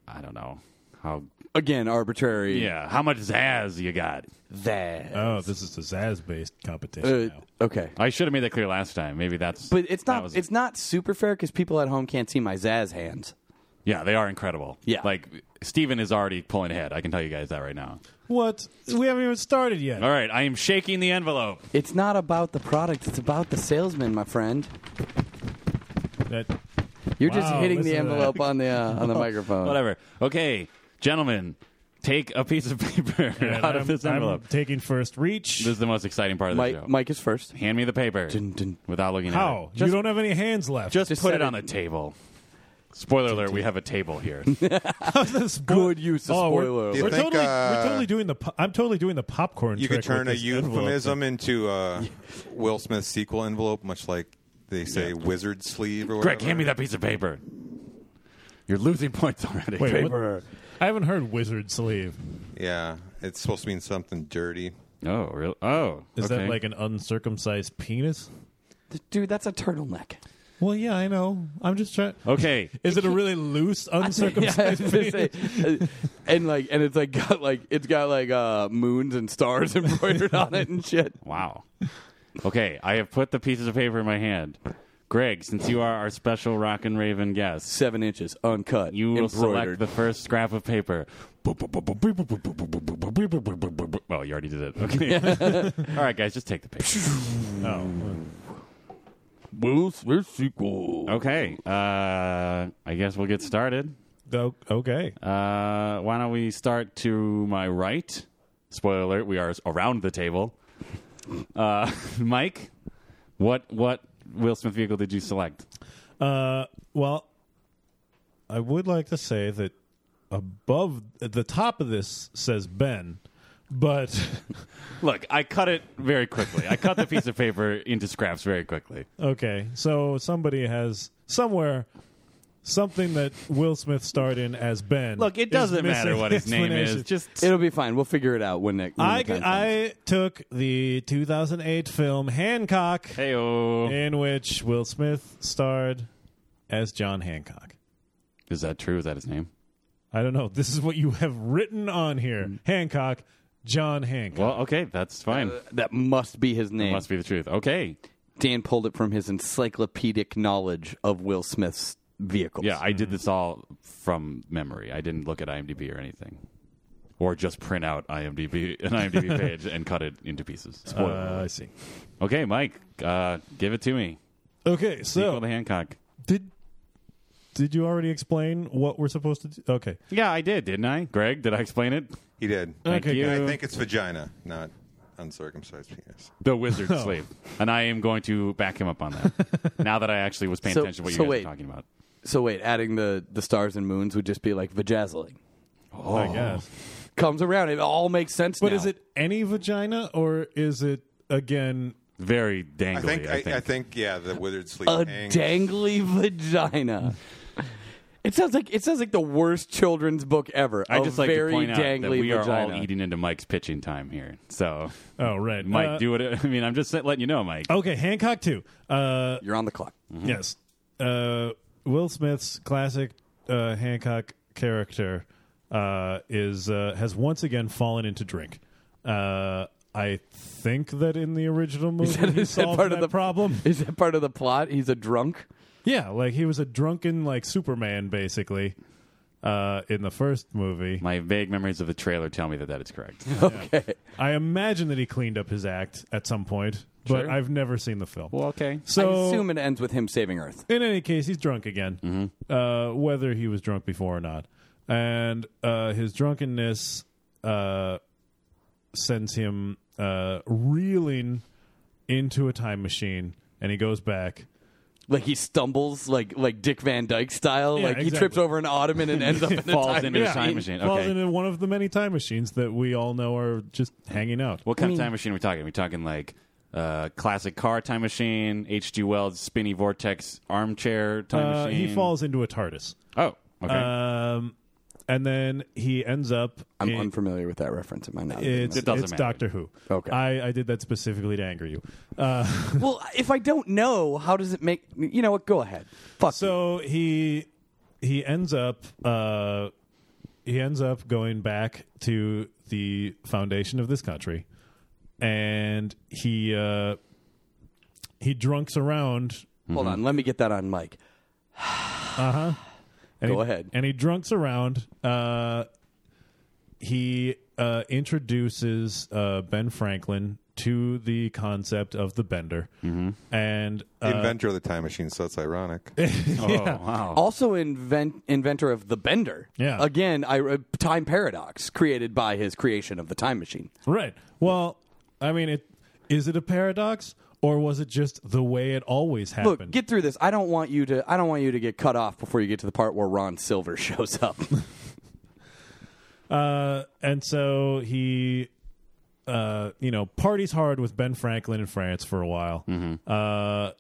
Speaker 6: I don't know, how
Speaker 3: Again, arbitrary.
Speaker 6: yeah, how much zazz you got.
Speaker 3: That.
Speaker 2: Oh, this is a Zaz based competition.
Speaker 3: Uh,
Speaker 2: now.
Speaker 3: okay.
Speaker 6: I should have made that clear last time. Maybe that's
Speaker 3: But it's
Speaker 6: that
Speaker 3: not
Speaker 6: was-
Speaker 3: it's not super fair because people at home can't see my Zaz hands.
Speaker 6: yeah, they are incredible.
Speaker 3: Yeah.
Speaker 6: like Steven is already pulling ahead. I can tell you guys that right now.
Speaker 2: What? We haven't even started yet.
Speaker 6: All right, I am shaking the envelope.
Speaker 3: It's not about the product; it's about the salesman, my friend.
Speaker 2: That,
Speaker 3: You're just
Speaker 2: Wow,
Speaker 3: hitting the
Speaker 2: listen to that.
Speaker 3: envelope on the uh, on the microphone.
Speaker 6: Whatever. Okay, gentlemen, take a piece of paper
Speaker 2: and
Speaker 6: out of
Speaker 2: I'm-
Speaker 6: this
Speaker 2: I'm
Speaker 6: envelope.
Speaker 2: taking first reach.
Speaker 6: This is the most exciting part of the show.
Speaker 3: Mike, Mike is first.
Speaker 6: Hand me the paper
Speaker 3: Dun, dun.
Speaker 6: without looking
Speaker 2: How?
Speaker 6: at it.
Speaker 2: you don't have any hands left.
Speaker 6: Just,
Speaker 3: Just
Speaker 6: put
Speaker 3: set
Speaker 6: it
Speaker 3: it-
Speaker 6: on the table. Spoiler alert, we have a table here.
Speaker 3: Good use of
Speaker 2: Oh, we're,
Speaker 3: spoiler.
Speaker 5: Do you
Speaker 2: we're
Speaker 5: think,
Speaker 2: totally, we're
Speaker 5: uh,
Speaker 2: totally doing the. po- I'm totally doing the popcorn.
Speaker 5: You
Speaker 2: trick
Speaker 5: could turn
Speaker 2: with
Speaker 5: a
Speaker 2: this envelope.
Speaker 5: euphemism into a Will Smith sequel envelope, much like they say wizard sleeve or whatever.
Speaker 6: Greg, hand me that piece of paper. You're losing points already.
Speaker 2: Wait, what- I haven't heard wizard sleeve.
Speaker 5: Yeah, it's supposed to mean something dirty.
Speaker 6: Oh, really? Oh,
Speaker 2: Is
Speaker 6: okay.
Speaker 2: that like an uncircumcised penis?
Speaker 3: Dude, that's a turtleneck.
Speaker 2: Well, yeah, I know. I'm just trying.
Speaker 6: okay?
Speaker 2: Is it a really loose uncircumcised
Speaker 3: Yeah, I was gonna
Speaker 2: penis?
Speaker 3: say, uh, and like, and it's like got like it's got like uh, moons and stars embroidered on it and shit.
Speaker 6: Wow. Okay, I have put the pieces of paper in my hand. Greg, since you are our special Rock and Raven guest,
Speaker 3: Seven inches, uncut,
Speaker 6: you will select
Speaker 3: embroidered.
Speaker 6: the first scrap of paper. Well, you already did it. Okay. All right, guys, just take the paper.
Speaker 2: Oh.
Speaker 6: Okay. Uh, I guess we'll get started.
Speaker 2: Oh, okay.
Speaker 6: Uh, why don't we start to my right? Spoiler alert: we are around the table. Uh, Mike, what what Will Smith vehicle did you select?
Speaker 2: Uh, well, I would like to say that above at the top of this says Ben, but
Speaker 6: Look, I cut it very quickly. I cut the piece of paper into scraps very quickly.
Speaker 2: okay. So somebody has somewhere something that Will Smith starred in as Ben.
Speaker 6: Look, it
Speaker 2: is
Speaker 6: doesn't matter
Speaker 2: missing
Speaker 6: what his name is.
Speaker 2: explanation.
Speaker 6: Just
Speaker 3: It'll be fine. We'll figure it out when it. When
Speaker 2: I,
Speaker 3: the time comes.
Speaker 2: I took the 2008 film Hancock,
Speaker 6: hey
Speaker 2: in which Will Smith starred as John Hancock.
Speaker 6: Is that true? Is that his name?
Speaker 2: I don't know. This is what you have written on here. Hancock, John Hancock.
Speaker 6: Well, okay, that's fine.
Speaker 3: that must be his name.
Speaker 6: Must be the truth. Okay.
Speaker 3: Dan pulled it from his encyclopedic knowledge of Will Smith's vehicles.
Speaker 6: Yeah, I did this all from memory. I didn't look at IMDb or anything, or just print out IMDb an IMDb page and cut it into pieces.
Speaker 2: Uh, I see.
Speaker 6: okay, Mike, uh, give it to me.
Speaker 2: Okay,
Speaker 6: Sequel to
Speaker 2: so
Speaker 6: Hancock.
Speaker 2: did did you already explain what we're supposed to do? Okay.
Speaker 6: Yeah, I did, didn't I? Greg, did I explain it?
Speaker 5: He did.
Speaker 6: Thank
Speaker 2: Okay,
Speaker 6: you.
Speaker 5: I think it's vagina, not uncircumcised penis.
Speaker 6: the wizard
Speaker 2: Oh.
Speaker 6: sleep, and I am going to back him up on that. now that I actually was paying
Speaker 3: So-
Speaker 6: attention to what
Speaker 3: so
Speaker 6: you guys
Speaker 3: wait.
Speaker 6: were talking about.
Speaker 3: So wait, adding the the stars and moons would just be like vajazzling.
Speaker 2: Oh. I guess.
Speaker 3: Comes around, it all makes sense.
Speaker 2: But
Speaker 3: now.
Speaker 2: is it any vagina or is it again?
Speaker 6: Very dangly.
Speaker 5: I think. I, I, think. Yeah, the withered sleeve.
Speaker 3: a
Speaker 5: hangs.
Speaker 3: dangly vagina? It sounds like it sounds like the worst children's book ever.
Speaker 6: I
Speaker 3: A
Speaker 6: just like
Speaker 3: very
Speaker 6: to point out
Speaker 3: dangly
Speaker 6: that we
Speaker 3: vagina.
Speaker 6: are all eating into Mike's pitching time here. So,
Speaker 2: Oh right,
Speaker 6: Mike,
Speaker 2: Uh,
Speaker 6: do what I mean. I'm just letting you know, Mike.
Speaker 2: Okay, Hancock too. Uh,
Speaker 3: You're on the clock.
Speaker 2: Yes. Uh, Will Smith's classic uh, Hancock character uh, is uh, has once again fallen into drink. Uh, I think that in the original movie
Speaker 3: that-
Speaker 2: he
Speaker 3: is that
Speaker 2: solved
Speaker 3: part of
Speaker 2: that
Speaker 3: the-
Speaker 2: problem.
Speaker 3: Is that part of the plot? He's a drunk.
Speaker 2: Yeah, like he was a drunken like Superman basically uh, in the first movie.
Speaker 6: My vague memories of the trailer tell me that that is correct.
Speaker 3: Okay.
Speaker 2: I imagine that he cleaned up his act at some point, but
Speaker 6: Sure.
Speaker 2: I've never seen the film.
Speaker 6: well, okay.
Speaker 2: so
Speaker 3: I assume it ends with him saving Earth.
Speaker 2: In any case, he's drunk again,
Speaker 6: Mm-hmm.
Speaker 2: uh, whether he was drunk before or not. And uh, his drunkenness uh, sends him uh, reeling into a time machine, and he goes back.
Speaker 3: Like he stumbles, like like Dick Van Dyke style.
Speaker 2: Yeah,
Speaker 3: like he
Speaker 2: exactly.
Speaker 3: trips over an ottoman and ends up in a
Speaker 6: Falls
Speaker 3: time
Speaker 6: into a
Speaker 3: machine.
Speaker 6: time machine.
Speaker 2: Falls
Speaker 6: Okay.
Speaker 2: into one of the many time machines that we all know are just hanging out.
Speaker 6: What kind
Speaker 3: mean-
Speaker 6: of time machine are we talking? Are we talking like uh, classic car time machine, H.G. Wells spinny vortex armchair time
Speaker 2: Uh,
Speaker 6: machine?
Speaker 2: he falls into a TARDIS.
Speaker 6: Oh, okay.
Speaker 2: Um, and then he ends up.
Speaker 3: I'm
Speaker 2: in-
Speaker 3: unfamiliar with that reference. It might not. have
Speaker 2: It's,
Speaker 6: It doesn't
Speaker 2: it's
Speaker 6: matter.
Speaker 2: Doctor Who.
Speaker 3: Okay.
Speaker 2: I, I did that specifically to anger you. Uh,
Speaker 3: been. well, if I don't know, how does it make? You know what? Go ahead. Fuck. you.
Speaker 2: So he he ends up uh, he ends up going back to the foundation of this country, and he uh, he drunks around
Speaker 3: Hold on, let me get that on mic.
Speaker 2: And
Speaker 3: Go
Speaker 2: he-
Speaker 3: ahead.
Speaker 2: And he drunks around. Uh, he uh, introduces uh, Ben Franklin to the concept of the bender,
Speaker 3: Mm-hmm.
Speaker 2: and
Speaker 5: The
Speaker 2: uh,
Speaker 5: inventor of the time machine, so that's ironic.
Speaker 6: Oh,
Speaker 3: Also, invent, inventor of the Bender.
Speaker 2: Yeah.
Speaker 3: Again, I, uh, time paradox created by his creation of the time machine.
Speaker 2: right. Well, I mean, it is it a paradox or was it just the way it always happened?
Speaker 3: Look, get through this. I don't want you to. I don't want you to get cut off before you get to the part where Ron Silver shows up.
Speaker 2: Uh, and so he, uh, you know, parties hard with Ben Franklin in France for a while.
Speaker 3: Mm-hmm.
Speaker 2: Uh,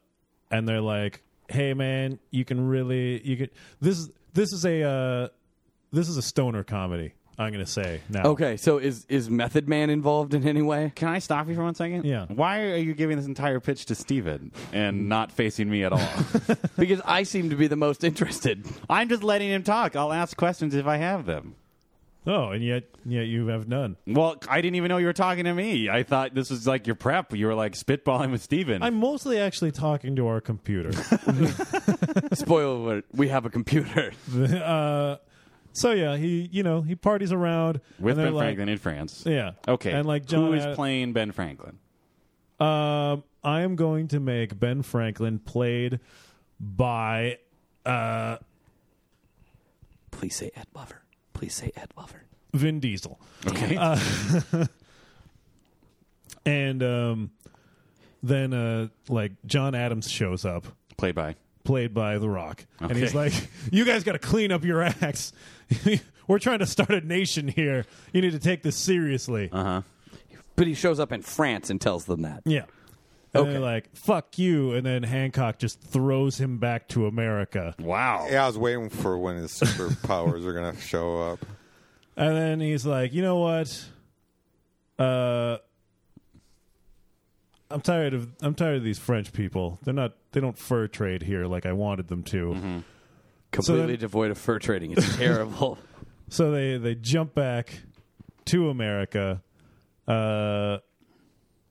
Speaker 2: and they're like, "Hey, man, you can really you can this is this is a uh, this is a stoner comedy." I'm gonna say now.
Speaker 3: okay, so is is Method Man involved in any way?
Speaker 6: Can I stop you for one second?
Speaker 2: Yeah.
Speaker 6: Why are you giving this entire pitch to Steven and not facing me at all?
Speaker 3: Because I seem to be the most interested.
Speaker 6: I'm just letting him talk. I'll ask questions if I have them.
Speaker 2: Oh, and yet yet you have none.
Speaker 6: Well, I didn't even know you were talking to me. I thought this was like your prep. You were like spitballing with Steven.
Speaker 2: I'm mostly actually talking to our computer.
Speaker 3: Spoiler alert: We have a computer.
Speaker 2: uh, so yeah, he you know he parties around
Speaker 6: with
Speaker 2: and they're
Speaker 6: Ben
Speaker 2: like,
Speaker 6: Franklin in France.
Speaker 2: Yeah.
Speaker 6: Okay.
Speaker 2: And like John
Speaker 6: who is
Speaker 2: Ad-
Speaker 6: playing Ben Franklin?
Speaker 2: Um, I am going to make Ben Franklin played by uh,
Speaker 3: Please say Ed Lover. Please say Ed Lover.
Speaker 2: Vin Diesel,
Speaker 6: Okay.
Speaker 2: Uh, and um, then uh, like John Adams shows up,
Speaker 6: Played by.
Speaker 2: played by The Rock, and
Speaker 6: Okay.
Speaker 2: he's like, "You guys got to clean up your acts. We're trying to start a nation here. You need to take this
Speaker 6: Uh-huh.
Speaker 2: seriously."
Speaker 3: But he shows up in France and tells them that.
Speaker 2: Yeah. And
Speaker 3: Okay.
Speaker 2: they're like, "Fuck you," and then Hancock just throws him back to America.
Speaker 6: Wow.
Speaker 5: Yeah, I was waiting for when his superpowers are going to show up.
Speaker 2: And then he's like, you know what? Uh, I'm tired of I'm tired of these French people. They're not they don't fur trade here like I wanted them to.
Speaker 3: Completely
Speaker 2: then-
Speaker 3: devoid of fur trading. It's terrible.
Speaker 2: So they they jump back to America, uh,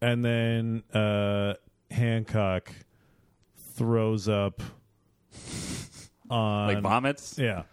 Speaker 2: and then uh, Hancock throws up on
Speaker 6: Like vomits.
Speaker 2: Um, Yeah.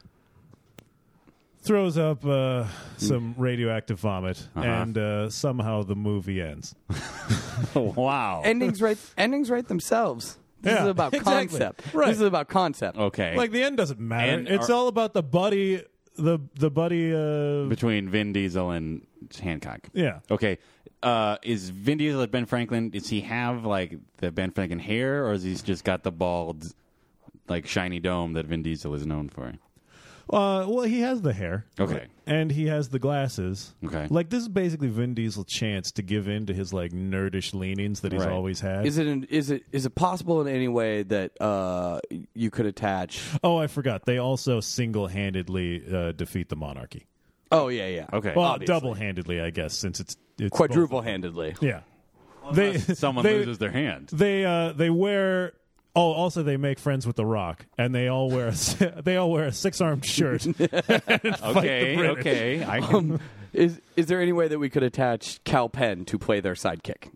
Speaker 2: Throws up uh, some radioactive vomit, and uh, somehow the movie ends.
Speaker 6: wow.
Speaker 3: endings right. Endings right themselves. This
Speaker 2: Yeah,
Speaker 3: is about
Speaker 2: exactly.
Speaker 3: concept.
Speaker 2: Right.
Speaker 3: This is about concept.
Speaker 6: okay.
Speaker 2: Like the end doesn't matter.
Speaker 6: And
Speaker 2: it's
Speaker 6: are-
Speaker 2: all about the buddy, the the buddy. Uh,
Speaker 6: between Vin Diesel and Hancock.
Speaker 2: yeah,
Speaker 6: Okay. Uh, is Vin Diesel like Ben Franklin? Does he have like the Ben Franklin hair, or is he just got the bald, like shiny dome that Vin Diesel is known for?
Speaker 2: Uh, well, he has the hair.
Speaker 6: Okay.
Speaker 2: And he has the glasses.
Speaker 6: Okay.
Speaker 2: Like this is basically Vin Diesel's chance to give in to his like nerdish leanings that he's
Speaker 6: Right.
Speaker 2: always had.
Speaker 3: Is it an, is it is it possible in any way that uh, you could attach?
Speaker 2: oh, I forgot. They also single-handedly uh, defeat the monarchy.
Speaker 3: Oh yeah, yeah.
Speaker 6: Okay.
Speaker 2: Well,
Speaker 3: Obviously.
Speaker 2: double-handedly, I guess, since it's, it's
Speaker 3: Quadruple handedly.
Speaker 2: both- Yeah. They
Speaker 6: Someone
Speaker 2: they,
Speaker 6: loses their hand.
Speaker 2: They uh they wear Oh, also they make friends with the Rock, and they all wear a, si- they all wear a six armed shirt.
Speaker 6: Okay.
Speaker 2: British.
Speaker 6: Okay. I can,
Speaker 3: Um, Is is there any way that we could attach Cal Penn to play their sidekick?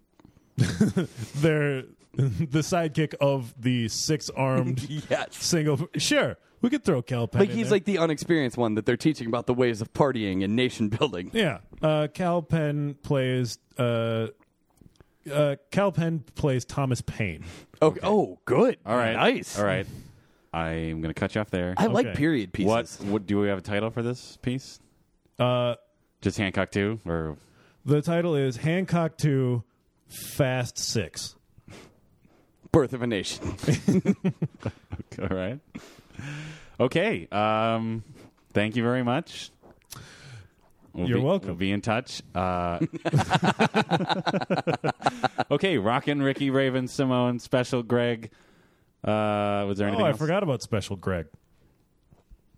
Speaker 2: They're the sidekick of the six armed
Speaker 3: Yes.
Speaker 2: single. Sure, we could throw Cal Penn.
Speaker 3: Like
Speaker 2: in
Speaker 3: he's
Speaker 2: there.
Speaker 3: like the unexperienced one that they're teaching about the ways of partying and nation building.
Speaker 2: yeah. Uh, Cal Penn plays uh, uh, Cal Penn plays Thomas Paine.
Speaker 3: Okay. Oh, good.
Speaker 6: all right.
Speaker 3: Nice.
Speaker 6: All right. I'm gonna cut you off there.
Speaker 3: I like
Speaker 2: Okay.
Speaker 3: period pieces.
Speaker 6: what? What do we have a title for this piece?
Speaker 2: Uh,
Speaker 6: Just Hancock too, or
Speaker 2: the title is Hancock Two, Fast Six.
Speaker 3: Birth of a Nation.
Speaker 6: all right. Okay. Um, thank you very much. We'll
Speaker 2: You're
Speaker 6: be,
Speaker 2: welcome.
Speaker 6: We'll be in touch. Uh, okay, Rockin' Ricky Raven Simone special Greg. Uh, was there
Speaker 2: Oh,
Speaker 6: anything?
Speaker 2: I
Speaker 6: else?
Speaker 2: forgot about Special Greg.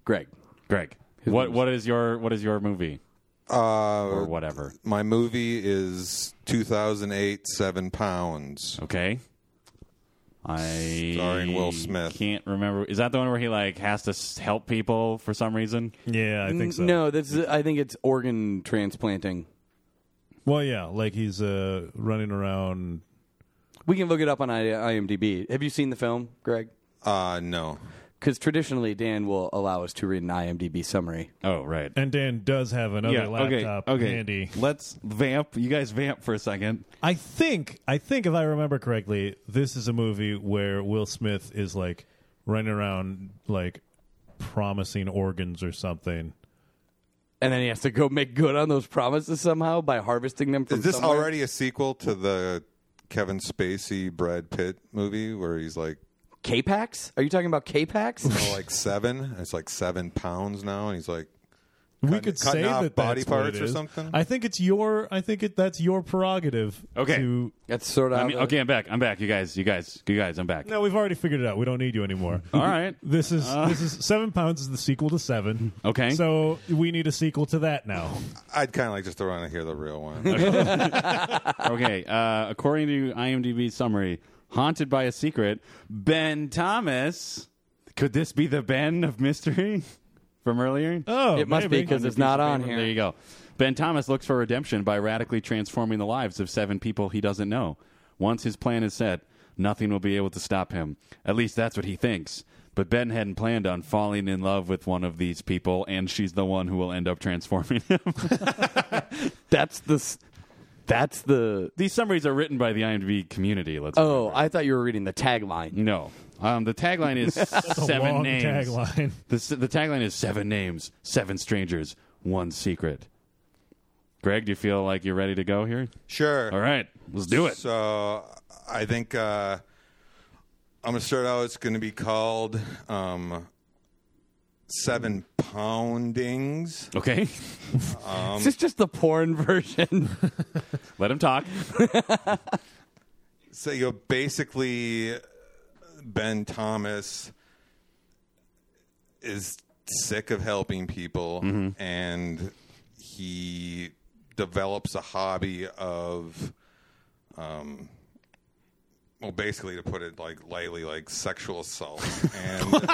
Speaker 3: Greg.
Speaker 6: Greg. What what is your what is your movie or
Speaker 5: Uh,
Speaker 6: whatever?
Speaker 5: my movie is 2008 Seven Pounds.
Speaker 6: Okay. I
Speaker 5: Starring Will Smith.
Speaker 6: Can't remember. Is that the one where he like has to s- help people for some reason?
Speaker 2: Yeah, I think so.
Speaker 3: No, this is, I think it's organ transplanting.
Speaker 2: Well, yeah, like he's uh, running around.
Speaker 3: We can look it up on I- IMDb. Have you seen the film, Greg?
Speaker 5: Uh, no.
Speaker 3: Because traditionally, Dan will allow us to read an IMDb summary.
Speaker 6: Oh, right.
Speaker 2: And Dan does have another laptop
Speaker 6: okay, okay.
Speaker 2: handy.
Speaker 6: Let's vamp. You guys vamp for a second.
Speaker 2: I think, I think, if I remember correctly, this is a movie where Will Smith is like running around, like promising organs or something.
Speaker 3: And then he has to go make good on those promises somehow by harvesting them from
Speaker 5: Is this
Speaker 3: somewhere.
Speaker 5: already a sequel to the Kevin Spacey Brad Pitt movie where he's like
Speaker 3: K-Pax? Are you talking about K-Pax?
Speaker 5: oh, like seven? and It's like seven pounds now, and he's like,
Speaker 2: we
Speaker 5: Cutting-
Speaker 2: could say
Speaker 5: cutting off
Speaker 2: that
Speaker 5: body
Speaker 2: that's what
Speaker 5: parts
Speaker 2: it
Speaker 5: or
Speaker 2: is.
Speaker 5: something?
Speaker 2: I think it's your. I think it, that's your prerogative.
Speaker 6: Okay.
Speaker 2: To,
Speaker 3: That's sort of.
Speaker 6: I mean, okay, I'm back. I'm back. You guys, you guys, you guys, I'm back.
Speaker 2: no, we've already figured it out. We don't need you anymore.
Speaker 6: All right.
Speaker 2: This is this is seven pounds is the sequel to seven.
Speaker 6: Okay.
Speaker 2: So we need a sequel to that now.
Speaker 5: I'd kind of like just to want to hear the real one.
Speaker 6: okay. Uh, according to IMDb summary, haunted by a secret, Ben Thomas. Could this be the Ben of mystery from earlier?
Speaker 2: Oh,
Speaker 3: It must be
Speaker 2: maybe.
Speaker 3: because it's not on here.
Speaker 6: There you go. Ben Thomas looks for redemption by radically transforming the lives of seven people he doesn't know. Once his plan is set, nothing will be able to stop him. At least that's what he thinks. But Ben hadn't planned on falling in love with one of these people, and she's the one who will end up transforming him.
Speaker 3: That's the. s- That's the.
Speaker 6: these summaries are written by the IMDb community. Let's
Speaker 3: Oh,
Speaker 6: remember.
Speaker 3: I thought you were reading the tagline.
Speaker 6: no. Um, the tagline is
Speaker 2: It's a
Speaker 6: seven
Speaker 2: long
Speaker 6: names.
Speaker 2: tagline.
Speaker 6: The, s- the tagline is seven names, seven strangers, one secret. Greg, do you feel like you're ready to go here?
Speaker 5: sure.
Speaker 6: All right, let's do it.
Speaker 5: So I think uh, I'm gonna start out. It's gonna be called um, Seven Poundings.
Speaker 6: Okay,
Speaker 3: Is this just the porn version?
Speaker 6: let him talk.
Speaker 5: So you know, basically, Ben Thomas is sick of helping people, and he develops a hobby of, um, well, basically to put it like lightly, like sexual assault. And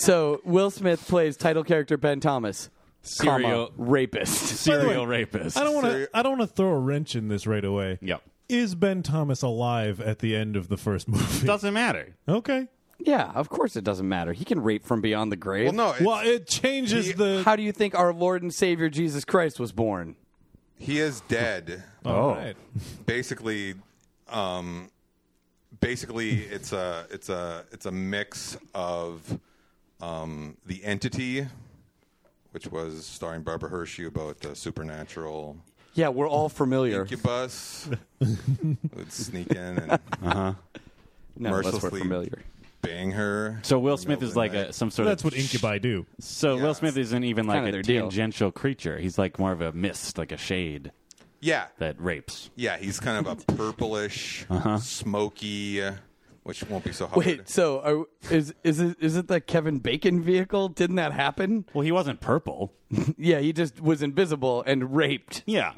Speaker 3: so Will Smith plays title character Ben Thomas, comma,
Speaker 6: Serial
Speaker 3: rapist.
Speaker 6: serial rapist.
Speaker 2: I don't want
Speaker 5: Seri-
Speaker 2: to. I don't want to throw a wrench in this right away.
Speaker 6: Yep.
Speaker 2: Is Ben Thomas alive at the end of the first movie?
Speaker 6: Doesn't matter.
Speaker 2: okay.
Speaker 3: Yeah, of course it doesn't matter. He can rape from beyond the grave.
Speaker 5: well, no, Oh, it's-
Speaker 2: Well, it changes the.
Speaker 3: How do you think our Lord and Savior Jesus Christ was born?
Speaker 5: he is dead.
Speaker 2: All right.
Speaker 5: basically um basically it's a it's a it's a mix of um the entity which was starring Barbara Hershey about the supernatural
Speaker 3: Yeah, we're all familiar.
Speaker 5: incubus would sneak in and
Speaker 3: None of us were
Speaker 5: mercilessly
Speaker 3: familiar.
Speaker 5: bang her.
Speaker 6: So Will
Speaker 5: in the
Speaker 6: Smith
Speaker 5: middle
Speaker 6: is
Speaker 5: of the
Speaker 6: like
Speaker 5: night.
Speaker 6: a, some sort
Speaker 2: That's
Speaker 6: of.
Speaker 2: what incubi do.
Speaker 6: so
Speaker 5: Yeah.
Speaker 6: Will Smith isn't even like
Speaker 3: kinda
Speaker 6: a
Speaker 3: their deal.
Speaker 6: tangential creature. He's like more of a mist, like a shade
Speaker 5: yeah
Speaker 6: that rapes.
Speaker 5: yeah he's kind of a purplish smoky which won't be so hard.
Speaker 3: Wait, so are, is is it is it the Kevin Bacon vehicle? Didn't that happen?
Speaker 6: Well, he wasn't purple.
Speaker 3: Yeah, he just was invisible and raped.
Speaker 6: Yeah.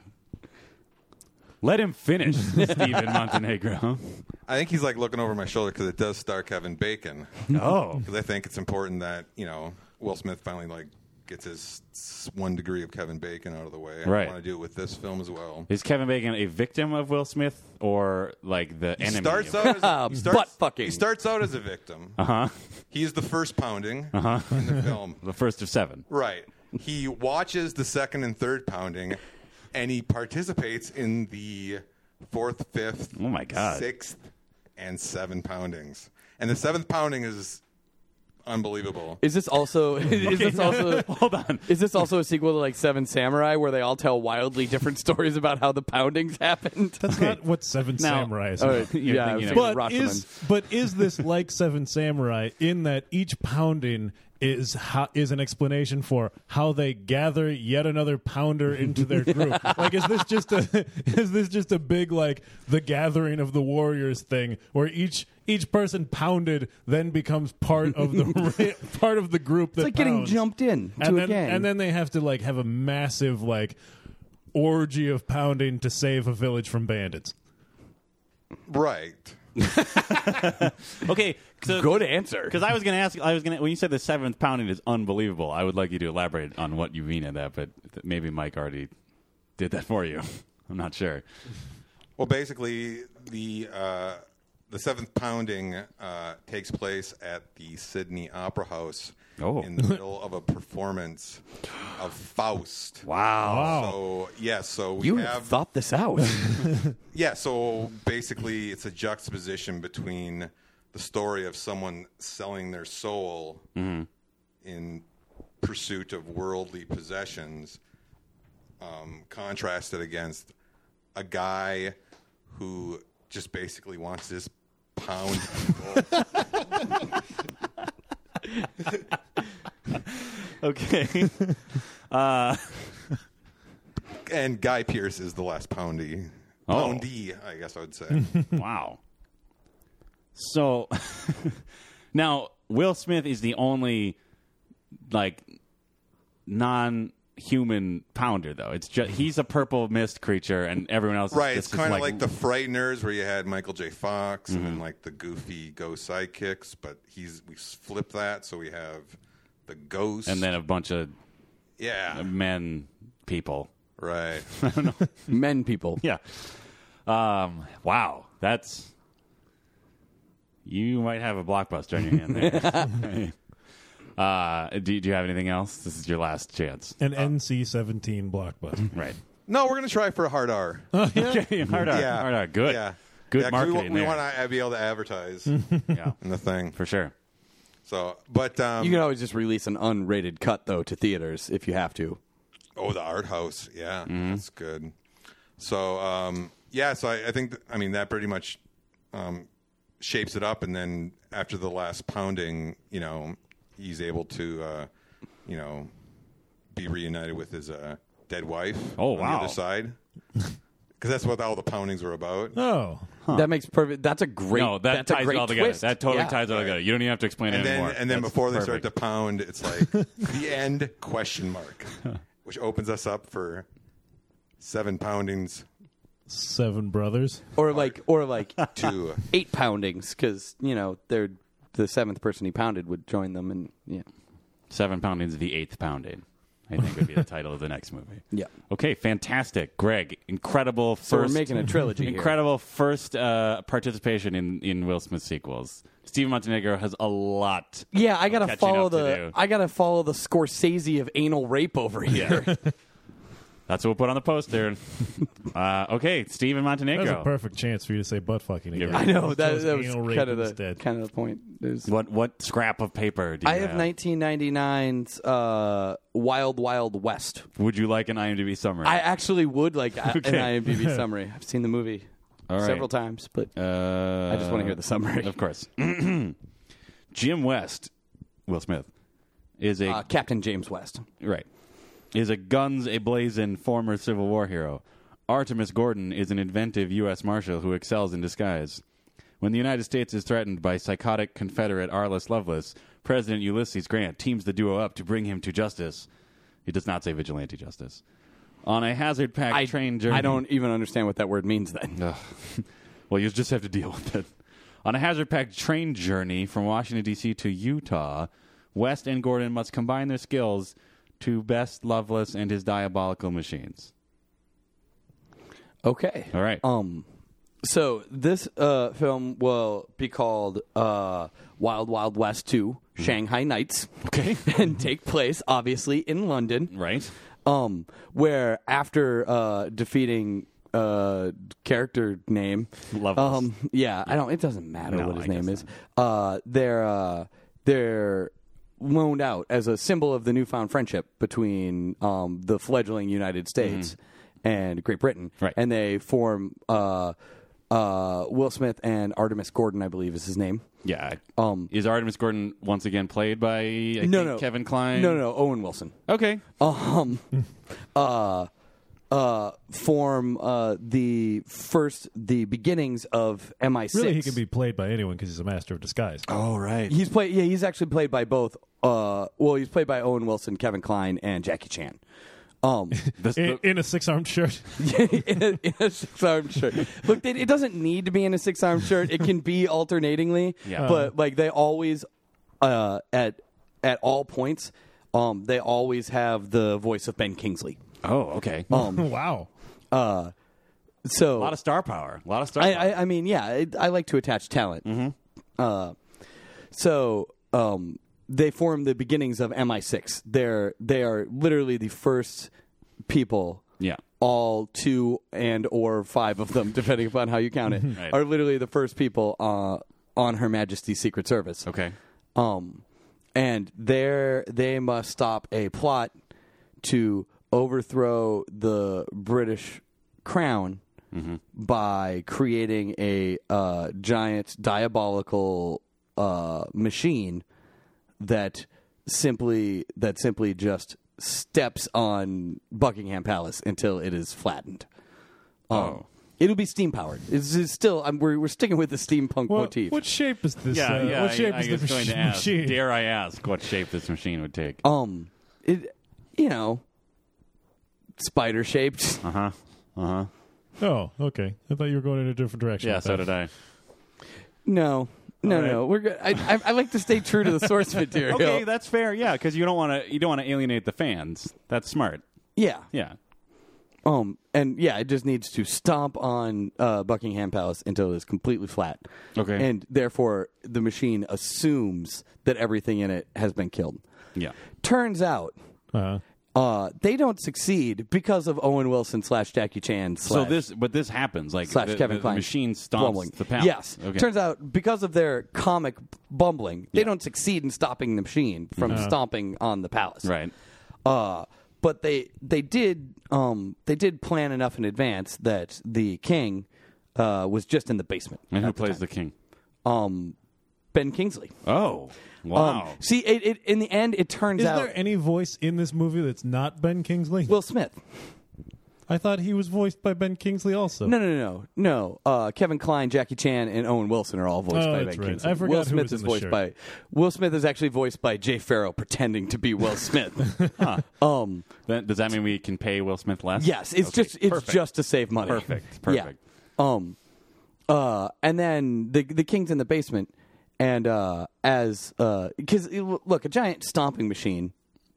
Speaker 6: Let him finish, Stephen Montenegro.
Speaker 5: I think he's like looking over my shoulder because it does star Kevin Bacon.
Speaker 6: Oh,
Speaker 5: because I think it's important that you know Will Smith finally like gets his s- one degree of Kevin Bacon out of the way.
Speaker 6: Right.
Speaker 5: I want to do it with this film as well.
Speaker 6: is Kevin Bacon a victim of Will Smith or like the enemy?
Speaker 5: starts
Speaker 6: of-
Speaker 5: out as a, he starts,
Speaker 3: Butt fucking.
Speaker 5: He starts out as a victim. Uh
Speaker 6: Uh-huh.
Speaker 5: huh. He's the first pounding in the film.
Speaker 6: the first of seven.
Speaker 5: Right. He watches the second and third pounding, and he participates in the fourth, fifth,
Speaker 6: Oh my God.
Speaker 5: sixth, and seven poundings. And the seventh pounding is unbelievable.
Speaker 3: Is this also is this also
Speaker 6: Hold on.
Speaker 3: is this also a sequel to like Seven Samurai where they all tell wildly different stories about how the poundings happened?
Speaker 2: That's not what Seven
Speaker 6: Now-
Speaker 2: Samurai is.
Speaker 3: All
Speaker 2: about.
Speaker 3: right,
Speaker 6: You're
Speaker 3: yeah, I was
Speaker 6: thinking
Speaker 3: thinking
Speaker 6: of-
Speaker 2: But
Speaker 3: Rashomon.
Speaker 2: is but is this like Seven Samurai in that each pounding is how, is an explanation for how they gather yet another pounder into their group? like is this just a is this just a big like the gathering of the warriors thing where each each person pounded then becomes part of the part of the group that
Speaker 3: it's like getting
Speaker 2: pounds.
Speaker 3: jumped in to
Speaker 2: and
Speaker 3: a
Speaker 2: then,
Speaker 3: gang.
Speaker 2: and then they have to like have a massive like orgy of pounding to save a village from bandits.
Speaker 5: Right.
Speaker 6: Okay, so,
Speaker 3: Good answer.
Speaker 6: Because I was going to ask, I was going to when you said the seventh pounding is unbelievable. I would like you to elaborate on what you mean at that, but th- maybe Mike already did that for you. I'm not sure.
Speaker 5: Well, basically, the uh, the seventh pounding uh, takes place at the Sydney Opera House
Speaker 6: Oh.
Speaker 5: in the middle of a performance of Faust.
Speaker 6: Wow.
Speaker 5: So yeah, so we
Speaker 3: You
Speaker 5: have
Speaker 3: thought this out.
Speaker 5: yeah, so basically, it's a juxtaposition between the story of someone selling their soul in pursuit of worldly possessions, um, contrasted against a guy who just basically wants this pound. people.
Speaker 6: Okay.
Speaker 5: and Guy Pierce is the last poundy.
Speaker 6: Oh.
Speaker 5: Poundy, I guess I would say.
Speaker 6: wow. So now Will Smith is the only like non-human pounder though. It's just he's a purple mist creature and everyone else
Speaker 5: Right,
Speaker 6: is
Speaker 5: it's
Speaker 6: just
Speaker 5: kind of
Speaker 6: like, Mm-hmm.
Speaker 5: like, the Frighteners, where you had Michael J. Fox and then like the goofy ghost sidekicks, but he's we flip that, so we have the ghost,
Speaker 6: and then a bunch of
Speaker 5: yeah,
Speaker 6: men people.
Speaker 5: right.
Speaker 3: Men people.
Speaker 6: Yeah. Um, wow. That's. You might have a blockbuster in your hand there. uh, do, do you have anything else? This is your last chance.
Speaker 2: An
Speaker 3: Uh,
Speaker 2: NC-17 blockbuster.
Speaker 6: Right.
Speaker 5: No, we're gonna try for a hard R.
Speaker 6: Okay, hard R.
Speaker 5: yeah,
Speaker 6: Hard R. Good.
Speaker 5: Yeah,
Speaker 6: Good
Speaker 5: yeah, 'cause
Speaker 6: marketing.
Speaker 5: We,
Speaker 6: there. Hmm.
Speaker 5: want to be able to advertise in
Speaker 6: yeah,
Speaker 5: the thing.
Speaker 6: for sure.
Speaker 5: So, but um,
Speaker 3: You can always just release an unrated cut though to theaters if you have to.
Speaker 5: Oh, the art house. Yeah,
Speaker 6: Mm-hmm.
Speaker 5: that's good. So, um, yeah, so I, I think, th- I mean, that pretty much um, shapes it up. And then after the last pounding, you know, he's able to, uh, you know, be reunited with his uh, dead wife
Speaker 6: Oh,
Speaker 5: on
Speaker 6: wow.
Speaker 5: the other side. Because that's what all the poundings were about.
Speaker 2: Oh,
Speaker 3: That makes perfect. That's a great.
Speaker 6: no, that
Speaker 3: that's a
Speaker 6: ties it
Speaker 3: great
Speaker 6: all together.
Speaker 3: twist.
Speaker 6: That totally
Speaker 3: Yeah.
Speaker 6: ties it all together. You don't even have to explain
Speaker 5: and
Speaker 6: it
Speaker 5: then
Speaker 6: anymore.
Speaker 5: and then
Speaker 6: That's
Speaker 5: before they start
Speaker 6: perfect.
Speaker 5: to pound, it's like the end question mark, which opens us up for seven poundings
Speaker 2: Seven Brothers.
Speaker 3: Or like, or like
Speaker 5: to
Speaker 3: eight poundings because you know they're the seventh person he pounded would join them and yeah.
Speaker 6: Seven Pounding's the eighth pounding. I think would be the title of the next movie.
Speaker 3: Yeah.
Speaker 6: Okay, fantastic, Greg. Incredible first.
Speaker 3: So we we're making a trilogy. here.
Speaker 6: incredible first uh, participation in, in Will Smith sequels. Steven Montenegro has a lot.
Speaker 3: Yeah, I gotta
Speaker 6: catching
Speaker 3: follow
Speaker 6: up to
Speaker 3: the
Speaker 6: do.
Speaker 3: I gotta follow the Scorsese of anal rape over here.
Speaker 6: That's what we'll put on the poster. uh, okay, Steven
Speaker 2: That was a
Speaker 6: Montenegro.
Speaker 2: perfect chance for you to say butt fucking
Speaker 6: Yeah,
Speaker 2: again.
Speaker 6: right.
Speaker 3: I know that,
Speaker 2: Chose
Speaker 3: that was
Speaker 2: anal rape
Speaker 3: kind of the
Speaker 2: instead.
Speaker 3: kind of the point. There's-
Speaker 6: What what scrap of paper do you
Speaker 3: I have 1999's uh, Wild Wild West.
Speaker 6: Would you like an IMDb summary?
Speaker 3: I actually would like a-
Speaker 6: Okay.
Speaker 3: an IMDb summary. I've seen the movie
Speaker 6: All right.
Speaker 3: several times, but
Speaker 6: uh,
Speaker 3: I just want to hear the summary.
Speaker 6: Of course. Jim West, Will Smith, is a
Speaker 3: Uh, Captain James West.
Speaker 6: Right. Is a guns ablazing former Civil War hero. Artemus Gordon is an inventive U.S. Marshal who excels in disguise. When the United States is threatened by psychotic Confederate Arliss Lovelace, President Ulysses Grant teams the duo up to bring him to justice. He does not say vigilante justice. On a hazard
Speaker 3: I
Speaker 6: packed train journey.
Speaker 3: I don't even understand what that word means. Then
Speaker 6: Ugh. well, you just have to deal with it. On a hazard packed train journey from Washington, D.C. to Utah, West and Gordon must combine their skills to best Lovelace and his diabolical machines.
Speaker 3: okay.
Speaker 6: All right.
Speaker 3: Um, so this uh, film will be called uh, Wild Wild West Two: Shanghai Nights.
Speaker 6: Okay.
Speaker 3: and take place obviously in London.
Speaker 6: right.
Speaker 3: Um, where after uh, defeating uh character name
Speaker 6: Lovelace.
Speaker 3: um yeah i don't it doesn't matter
Speaker 6: No,
Speaker 3: what his
Speaker 6: I
Speaker 3: name
Speaker 6: guess
Speaker 3: is uh they're uh they're loaned out as a symbol of the newfound friendship between um the fledgling united states and great britain
Speaker 6: Mm-hmm. Right.
Speaker 3: and they form uh uh will smith and artemis gordon i believe is his name
Speaker 6: Yeah.
Speaker 3: Um,
Speaker 6: is Artemis Gordon once again played by I
Speaker 3: no
Speaker 6: think,
Speaker 3: no
Speaker 6: Kevin Klein?
Speaker 3: no no owen wilson
Speaker 6: Okay.
Speaker 3: um, uh, uh, form uh, the first the beginnings of MI6.
Speaker 2: Really, he can be played by anyone because he's a master of disguise.
Speaker 3: Oh,
Speaker 6: All right.
Speaker 3: He's played. Yeah, he's actually played by both. Uh, well, he's played by Owen Wilson, Kevin Kline, and Jackie Chan. Um,
Speaker 6: This-
Speaker 2: In,
Speaker 6: the-
Speaker 2: in a six-armed shirt.
Speaker 3: in a, in a six-armed shirt. Look, it, it doesn't need to be in a six-armed shirt. It can be alternatingly,
Speaker 6: Yeah.
Speaker 3: but like they always uh, at at all points, um, they always have the voice of Ben Kingsley.
Speaker 6: oh, okay.
Speaker 3: Um,
Speaker 2: wow.
Speaker 3: uh, so
Speaker 6: a lot of star power. A lot of star.
Speaker 3: I,
Speaker 6: power.
Speaker 3: I, I mean, yeah, I, I like to attach talent.
Speaker 6: Mm-hmm.
Speaker 3: Uh, so um, they form the beginnings of MI6. They're they are literally the first people.
Speaker 6: Yeah.
Speaker 3: all two and or five of them, depending upon how you count it,
Speaker 6: Right.
Speaker 3: are literally the first people uh, on Her Majesty's Secret Service.
Speaker 6: okay.
Speaker 3: Um, and there they must stop a plot to overthrow the British crown by creating a uh, giant diabolical uh, machine that simply that simply just steps on Buckingham Palace until it is flattened. Um, It'll be steam powered. It's, it's still I'm, we're we're sticking with the steampunk
Speaker 2: Well,
Speaker 3: motif.
Speaker 2: What shape is this?
Speaker 6: Yeah,
Speaker 2: uh,
Speaker 6: yeah.
Speaker 2: What shape
Speaker 6: I, I
Speaker 2: is
Speaker 6: was
Speaker 2: the
Speaker 6: going to
Speaker 2: mach-
Speaker 6: ask.
Speaker 2: machine?
Speaker 6: Dare I ask what shape this machine would take?
Speaker 3: um it you know spider shaped
Speaker 6: Uh huh. Uh huh.
Speaker 2: Oh, okay. I thought you were going in a different direction.
Speaker 6: Yeah.
Speaker 2: with
Speaker 6: So
Speaker 2: that.
Speaker 6: did I.
Speaker 3: no no
Speaker 2: All right.
Speaker 3: no we're good I, I, I like to stay true to the source material
Speaker 6: Okay, that's fair. Yeah, because you don't want to you don't want to alienate the fans. That's smart.
Speaker 3: yeah
Speaker 6: Yeah.
Speaker 3: um and yeah it just needs to stomp on uh, buckingham palace until it is completely flat
Speaker 6: Okay.
Speaker 3: and therefore the machine assumes that everything in it has been killed
Speaker 6: Yeah.
Speaker 3: turns out
Speaker 2: Uh-huh.
Speaker 3: uh, they don't succeed because of Owen Wilson slash Jackie Chan.
Speaker 6: So
Speaker 3: Slash
Speaker 6: this, but this happens like
Speaker 3: slash
Speaker 6: the,
Speaker 3: Kevin
Speaker 6: the,
Speaker 3: Kline.
Speaker 6: the machine stomps
Speaker 3: Bumbling.
Speaker 6: the palace.
Speaker 3: Yes.
Speaker 6: Okay.
Speaker 3: Turns out because of their comic bumbling, they don't succeed in stopping the machine from stomping on the palace.
Speaker 6: Uh-huh. Right.
Speaker 3: Uh, but they they did um, they did plan enough in advance that the king uh, was just in the basement.
Speaker 6: And who
Speaker 3: at the
Speaker 6: plays
Speaker 3: time.
Speaker 6: the king?
Speaker 3: Um, Ben Kingsley.
Speaker 6: Oh,
Speaker 3: Um,
Speaker 6: wow.
Speaker 3: see, it, it, in the end, it turns
Speaker 2: Is
Speaker 3: out
Speaker 2: there any voice in this movie that's not Ben Kingsley?
Speaker 3: Will Smith.
Speaker 2: I thought he was voiced by Ben Kingsley also.
Speaker 3: No, no, no, no. no. Uh, Kevin Kline, Jackie Chan, and Owen Wilson are all voiced
Speaker 2: Oh,
Speaker 3: by
Speaker 2: that's
Speaker 3: Ben
Speaker 2: right.
Speaker 3: Kingsley.
Speaker 2: I forgot
Speaker 3: Will
Speaker 2: who
Speaker 3: Smith
Speaker 2: was
Speaker 3: is
Speaker 2: in the
Speaker 3: voiced
Speaker 2: shirt.
Speaker 3: by Will Smith is actually voiced by Jay Farrow pretending to be Will Smith. Um,
Speaker 6: Then- does that mean we can pay Will Smith less?
Speaker 3: yes, it's
Speaker 6: Okay,
Speaker 3: just it's
Speaker 6: perfect.
Speaker 3: just to save money.
Speaker 6: Perfect, perfect.
Speaker 3: Yeah. Um, uh, and then the the king's in the basement, and uh, as because look, a giant stomping machine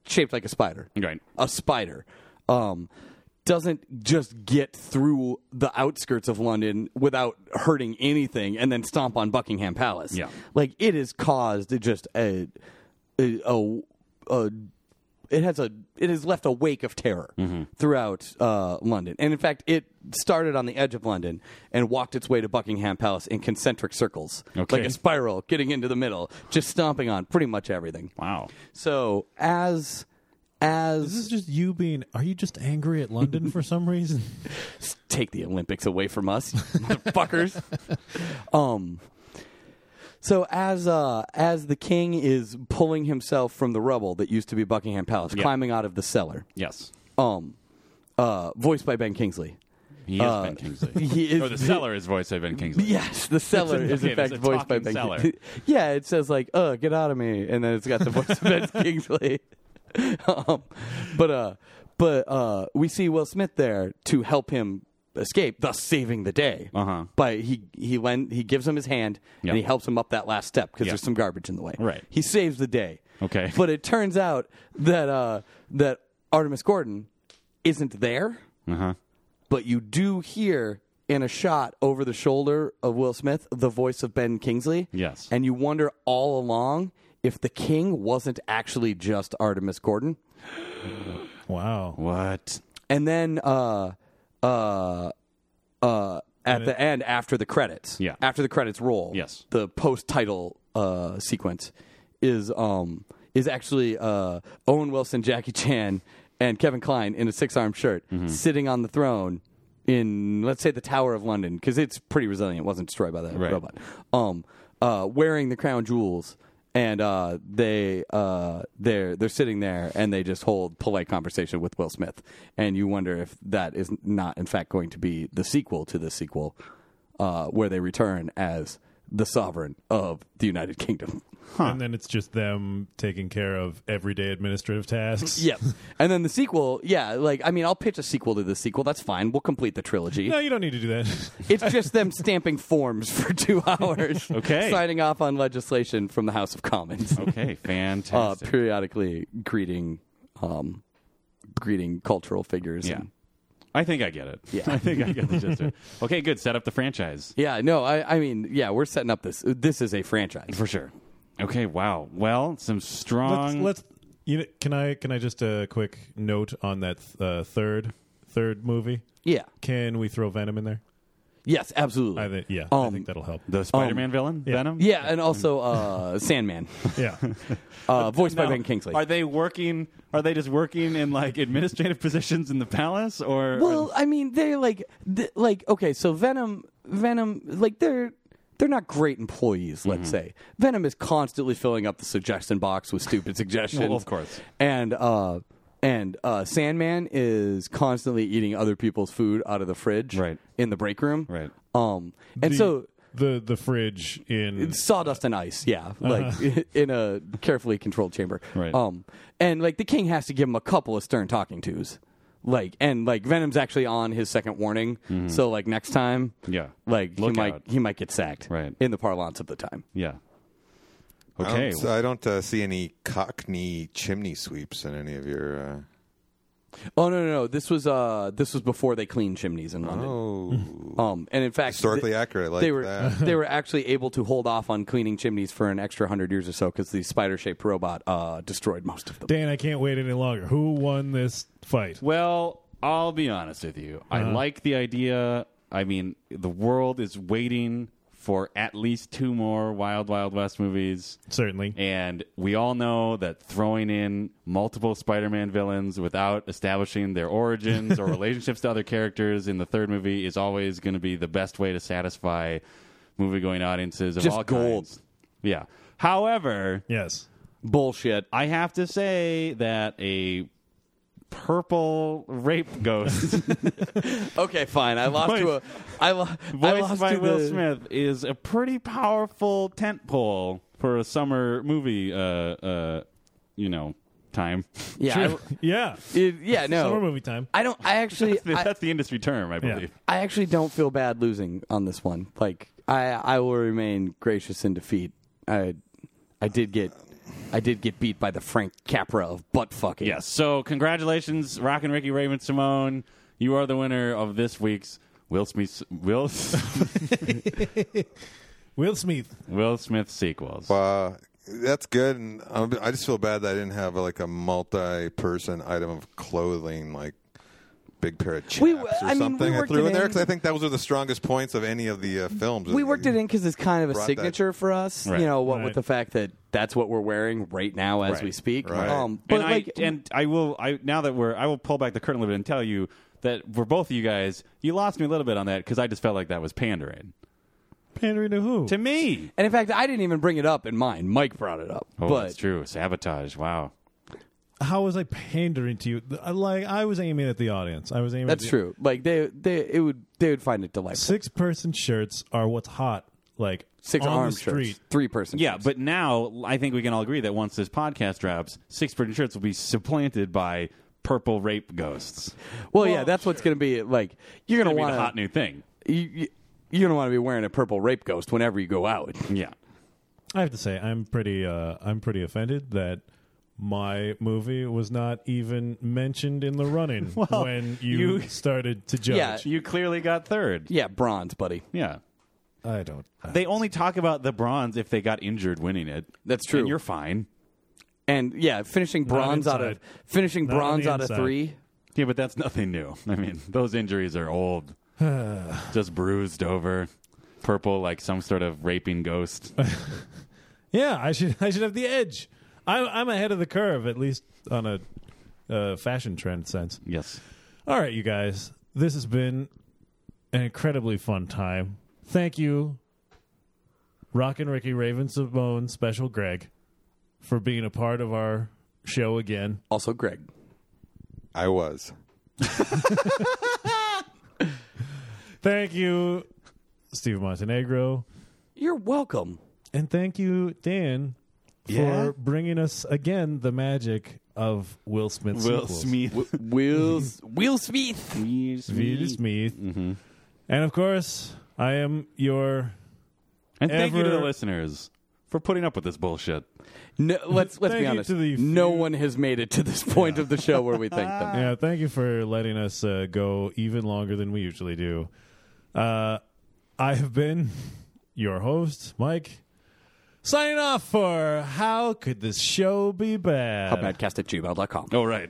Speaker 3: shaped like a spider
Speaker 6: Right.
Speaker 3: a spider um, doesn't just get through the outskirts of London without hurting anything and then stomp on Buckingham Palace.
Speaker 6: Yeah.
Speaker 3: Like it has caused just a a, a, a it has a it has left a wake of terror
Speaker 6: Mm-hmm.
Speaker 3: throughout uh, London, and in fact, it started on the edge of London and walked its way to Buckingham Palace in concentric circles,
Speaker 6: Okay.
Speaker 3: like a spiral, getting into the middle, just stomping on pretty much everything.
Speaker 6: Wow.
Speaker 3: So as as
Speaker 2: Is this just you being? Are you just angry at London for some reason?
Speaker 3: take the Olympics away from us, motherfuckers. um, so as uh, as the king is pulling himself from the rubble that used to be Buckingham Palace, climbing out of the cellar,
Speaker 6: Yes.
Speaker 3: um, uh, voiced by Ben Kingsley.
Speaker 6: He is Ben Kingsley.
Speaker 3: Uh, He is
Speaker 6: or the seller is voiced by Ben Kingsley.
Speaker 3: Yes, the cellar is in
Speaker 6: Okay, there's
Speaker 3: fact
Speaker 6: a
Speaker 3: voiced by Ben
Speaker 6: talking cellar.
Speaker 3: Kingsley. Yeah, it says like, "Uh, get out of me," and then it's got the voice of Ben Kingsley. um, but uh, but uh, we see Will Smith there to help him escape, thus saving the day.
Speaker 6: Uh-huh.
Speaker 3: But he he lend, he gives him his hand
Speaker 6: Yeah.
Speaker 3: and he helps him up that last step because
Speaker 6: Yeah.
Speaker 3: there's some garbage in the way.
Speaker 6: Right.
Speaker 3: He saves the day.
Speaker 6: Okay.
Speaker 3: But it turns out that uh, that Artemis Gordon isn't there
Speaker 6: Uh huh.
Speaker 3: but you do hear in a shot over the shoulder of Will Smith the voice of Ben Kingsley.
Speaker 6: Yes.
Speaker 3: And you wonder all along if the king wasn't actually just Artemis Gordon.
Speaker 2: wow.
Speaker 6: What?
Speaker 3: And then uh uh uh at the end after the credits.
Speaker 6: Yeah.
Speaker 3: After the credits roll.
Speaker 6: Yes.
Speaker 3: The post title uh sequence is um is actually uh Owen Wilson, Jackie Chan, and Kevin Klein in a six armed shirt
Speaker 6: Mm-hmm.
Speaker 3: sitting on the throne in let's say the Tower of London, because it's pretty resilient, it wasn't destroyed by that
Speaker 6: Right.
Speaker 3: robot. Um uh wearing the crown jewels and uh, they uh, they're they're sitting there and they just hold polite conversation with Will Smith, and you wonder if that is not in fact going to be the sequel to this sequel, uh, where they return as the sovereign of the United Kingdom.
Speaker 2: and then it's just them taking care of everyday administrative tasks.
Speaker 3: Yeah. and then the sequel, yeah, like I mean, I'll pitch a sequel to the sequel. That's fine. We'll complete the trilogy.
Speaker 2: No, you don't need to do that.
Speaker 3: It's just them stamping forms for two hours.
Speaker 6: Okay.
Speaker 3: Signing off on legislation from the House of Commons.
Speaker 6: Okay,
Speaker 3: Uh,
Speaker 6: fantastic.
Speaker 3: periodically greeting, um, greeting cultural figures.
Speaker 6: yeah.
Speaker 3: and-
Speaker 6: I think I get it.
Speaker 3: Yeah.
Speaker 6: I think I get the gist of it. Okay, good. Set up the franchise.
Speaker 3: yeah. No, I, I mean, yeah, we're setting up this. This is a franchise.
Speaker 6: For sure. Okay, wow. Well, some
Speaker 2: let's,
Speaker 6: strong.
Speaker 2: let's you know, can I can I just a quick note on that uh, third third movie?
Speaker 3: Yeah.
Speaker 2: Can we throw Venom in there?
Speaker 3: Yes, absolutely.
Speaker 2: I think yeah, I
Speaker 3: Um,
Speaker 2: think that'll help.
Speaker 6: the Spider Man villain, Venom?
Speaker 3: yeah, and also uh, Sandman,
Speaker 2: yeah,
Speaker 3: uh, voiced by
Speaker 6: Now,
Speaker 3: Ben Kingsley.
Speaker 6: Are they working? Are they just working in like administrative positions in the palace, or um,
Speaker 3: Well, I mean, they like th- like okay, so Venom, Venom, like they're they're not great employees. Let's
Speaker 6: Mm-hmm.
Speaker 3: say Venom is constantly filling up the suggestion box with stupid suggestions.
Speaker 6: Well, of course.
Speaker 3: and uh, and uh, Sandman is constantly eating other people's food out of the fridge,
Speaker 6: Right.
Speaker 3: in the break room,
Speaker 6: Right.
Speaker 3: Um, and
Speaker 2: The-
Speaker 3: so.
Speaker 2: the the fridge in
Speaker 3: Sawdust and ice, yeah, like in a carefully controlled chamber,
Speaker 6: Uh-huh. Right.
Speaker 3: Um, and like the king has to give him a couple of stern talking tos, like and like Venom's actually on his second warning, so like next time,
Speaker 6: Mm-hmm. Yeah.
Speaker 3: like
Speaker 6: Look
Speaker 3: he might
Speaker 6: out.
Speaker 3: he might get sacked,
Speaker 6: Right.
Speaker 3: in the parlance of the time.
Speaker 6: yeah? Um,
Speaker 5: I
Speaker 6: Okay,
Speaker 5: don't, Um, so I don't uh, see any Cockney chimney sweeps in any of your. Uh,
Speaker 3: Oh no no no! This was uh this was before they cleaned chimneys in London.
Speaker 5: oh,
Speaker 3: Um, and in fact,
Speaker 5: historically
Speaker 3: th-
Speaker 5: accurate. Like
Speaker 3: they were
Speaker 5: that.
Speaker 3: they were actually able to hold off on cleaning chimneys for an extra hundred years or so because the spider shaped robot uh destroyed most of them.
Speaker 2: Dan, I can't wait any longer. Who won this fight?
Speaker 6: Well, I'll be honest with you. I like the idea. I mean, the world is waiting for at least two more Wild Wild West movies.
Speaker 2: Certainly.
Speaker 6: And we all know that throwing in multiple Spider Man villains without establishing their origins or relationships to other characters in the third movie is always going to be the best way to satisfy movie going audiences of
Speaker 3: Just
Speaker 6: all
Speaker 3: gold.
Speaker 6: kinds. Yeah. However,
Speaker 2: Yes.
Speaker 3: Bullshit.
Speaker 6: I have to say that a purple rape ghost
Speaker 3: Okay, fine. I lost to a.
Speaker 6: Voiced-
Speaker 3: I, lo- I
Speaker 6: voiced
Speaker 3: lost
Speaker 6: by
Speaker 3: to
Speaker 6: Will
Speaker 3: the-
Speaker 6: Smith is a pretty powerful tentpole for a summer movie. Uh, uh, you know, time.
Speaker 3: Yeah,
Speaker 2: True. yeah.
Speaker 3: I- it- yeah. No,
Speaker 2: Summer movie time.
Speaker 3: I don't. I actually, I,
Speaker 6: That's the industry term, I
Speaker 2: Yeah.
Speaker 6: believe.
Speaker 3: I actually don't feel bad losing on this one. Like I, I will remain gracious in defeat. I, I did get, I did get beat by the Frank Capra of butt fucking.
Speaker 6: Yes. So, congratulations, Rock and Ricky Raven Simone. You are the winner of this week's Will Smith Will
Speaker 2: Will Smith.
Speaker 6: Will Smith sequels.
Speaker 5: Uh, that's good, and I'm, I just feel bad that I didn't have uh, like a multi-person item of clothing, like big pair of chaps
Speaker 3: We-
Speaker 5: or
Speaker 3: I mean, we
Speaker 5: something. I
Speaker 3: worked
Speaker 5: threw
Speaker 3: it
Speaker 5: in there
Speaker 3: in.
Speaker 5: because I think those are the strongest points of any of the uh, films.
Speaker 3: We worked it in because it's kind of a
Speaker 5: Brought that-
Speaker 3: signature for us,
Speaker 6: Right.
Speaker 3: you know. What
Speaker 2: Right.
Speaker 3: with the fact that that's what we're wearing right now as
Speaker 6: Right.
Speaker 3: we speak.
Speaker 5: Right.
Speaker 3: Um, but
Speaker 6: and
Speaker 3: like,
Speaker 6: I and I will I now that we're I will pull back the curtain a little bit and tell you that for both of you guys, you lost me a little bit on that because I just felt like that was pandering
Speaker 2: Pandering to who?
Speaker 6: to me.
Speaker 3: and in fact, I didn't even bring it up in mine. Mike brought it up,
Speaker 6: Oh,
Speaker 3: but
Speaker 6: that's true. Sabotage. Wow.
Speaker 2: How was I pandering to you? Th- I- Like I was aiming at the audience. I was aiming.
Speaker 3: That's
Speaker 2: at the-
Speaker 3: true. Like they, they, it would, they would find it delightful.
Speaker 2: Six person shirts are what's hot. Like
Speaker 3: Six
Speaker 2: on
Speaker 3: arm
Speaker 2: the street.
Speaker 3: shirts, three person.
Speaker 6: Yeah,
Speaker 3: shirts.
Speaker 6: but now I think we can all agree that once this podcast drops, six Britain shirts will be supplanted by purple rape ghosts.
Speaker 3: well, yeah, that's what's going to be like. You're going
Speaker 6: That'd
Speaker 3: to want
Speaker 6: be the hot new thing.
Speaker 3: You, you, you're going to want to be wearing a purple rape ghost whenever you go out.
Speaker 6: Yeah.
Speaker 2: I have to say, I'm pretty, uh, I'm pretty offended that my movie was not even mentioned in the running when you,
Speaker 6: you-
Speaker 2: started to judge.
Speaker 3: Yeah.
Speaker 6: Uh, You clearly got third.
Speaker 3: Yeah, bronze, buddy.
Speaker 6: Yeah.
Speaker 2: I don't.
Speaker 6: They only talk about the bronze if they got injured winning it.
Speaker 3: That's true.
Speaker 6: And you're fine.
Speaker 3: And yeah, finishing bronze out of
Speaker 2: inside.
Speaker 3: finishing
Speaker 2: Not on
Speaker 3: bronze
Speaker 2: the
Speaker 3: out of
Speaker 2: inside.
Speaker 3: three.
Speaker 6: Yeah, but that's nothing new. I mean, those injuries are old. Just bruised over. Purple like some sort of raping ghost.
Speaker 2: Yeah, I should, I should have the edge. I'm, I'm ahead of the curve, at least on a uh, fashion trend sense.
Speaker 6: yes.
Speaker 2: All right, you guys. This has been an incredibly fun time. Thank you, Rockin' Ricky Raven Simone, Special Greg, for being a part of our show again.
Speaker 3: Also, Greg.
Speaker 5: I was.
Speaker 2: Thank you, Steve Montenegro.
Speaker 3: You're welcome.
Speaker 2: And thank you, Dan, for bringing us again the magic of Will Smith.
Speaker 6: Will
Speaker 2: sequels.
Speaker 6: Smith.
Speaker 3: Will Will Smith.
Speaker 2: Will Smith.
Speaker 6: Mm-hmm.
Speaker 2: And of course, I am your.
Speaker 6: And thank you to
Speaker 2: Ever-
Speaker 6: the listeners for putting up with this bullshit.
Speaker 3: No, let's let's
Speaker 2: Thank
Speaker 3: be
Speaker 2: you
Speaker 3: honest.
Speaker 2: to the
Speaker 3: no
Speaker 2: few-
Speaker 3: one has made it to this point of the show where we thank them.
Speaker 2: Yeah, thank you for letting us uh, go even longer than we usually do. Uh, I have been your host, Mike, signing off for How Could This Show Be Bad?
Speaker 3: Badcast at gmail.com.
Speaker 6: Oh, right.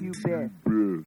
Speaker 8: You bet.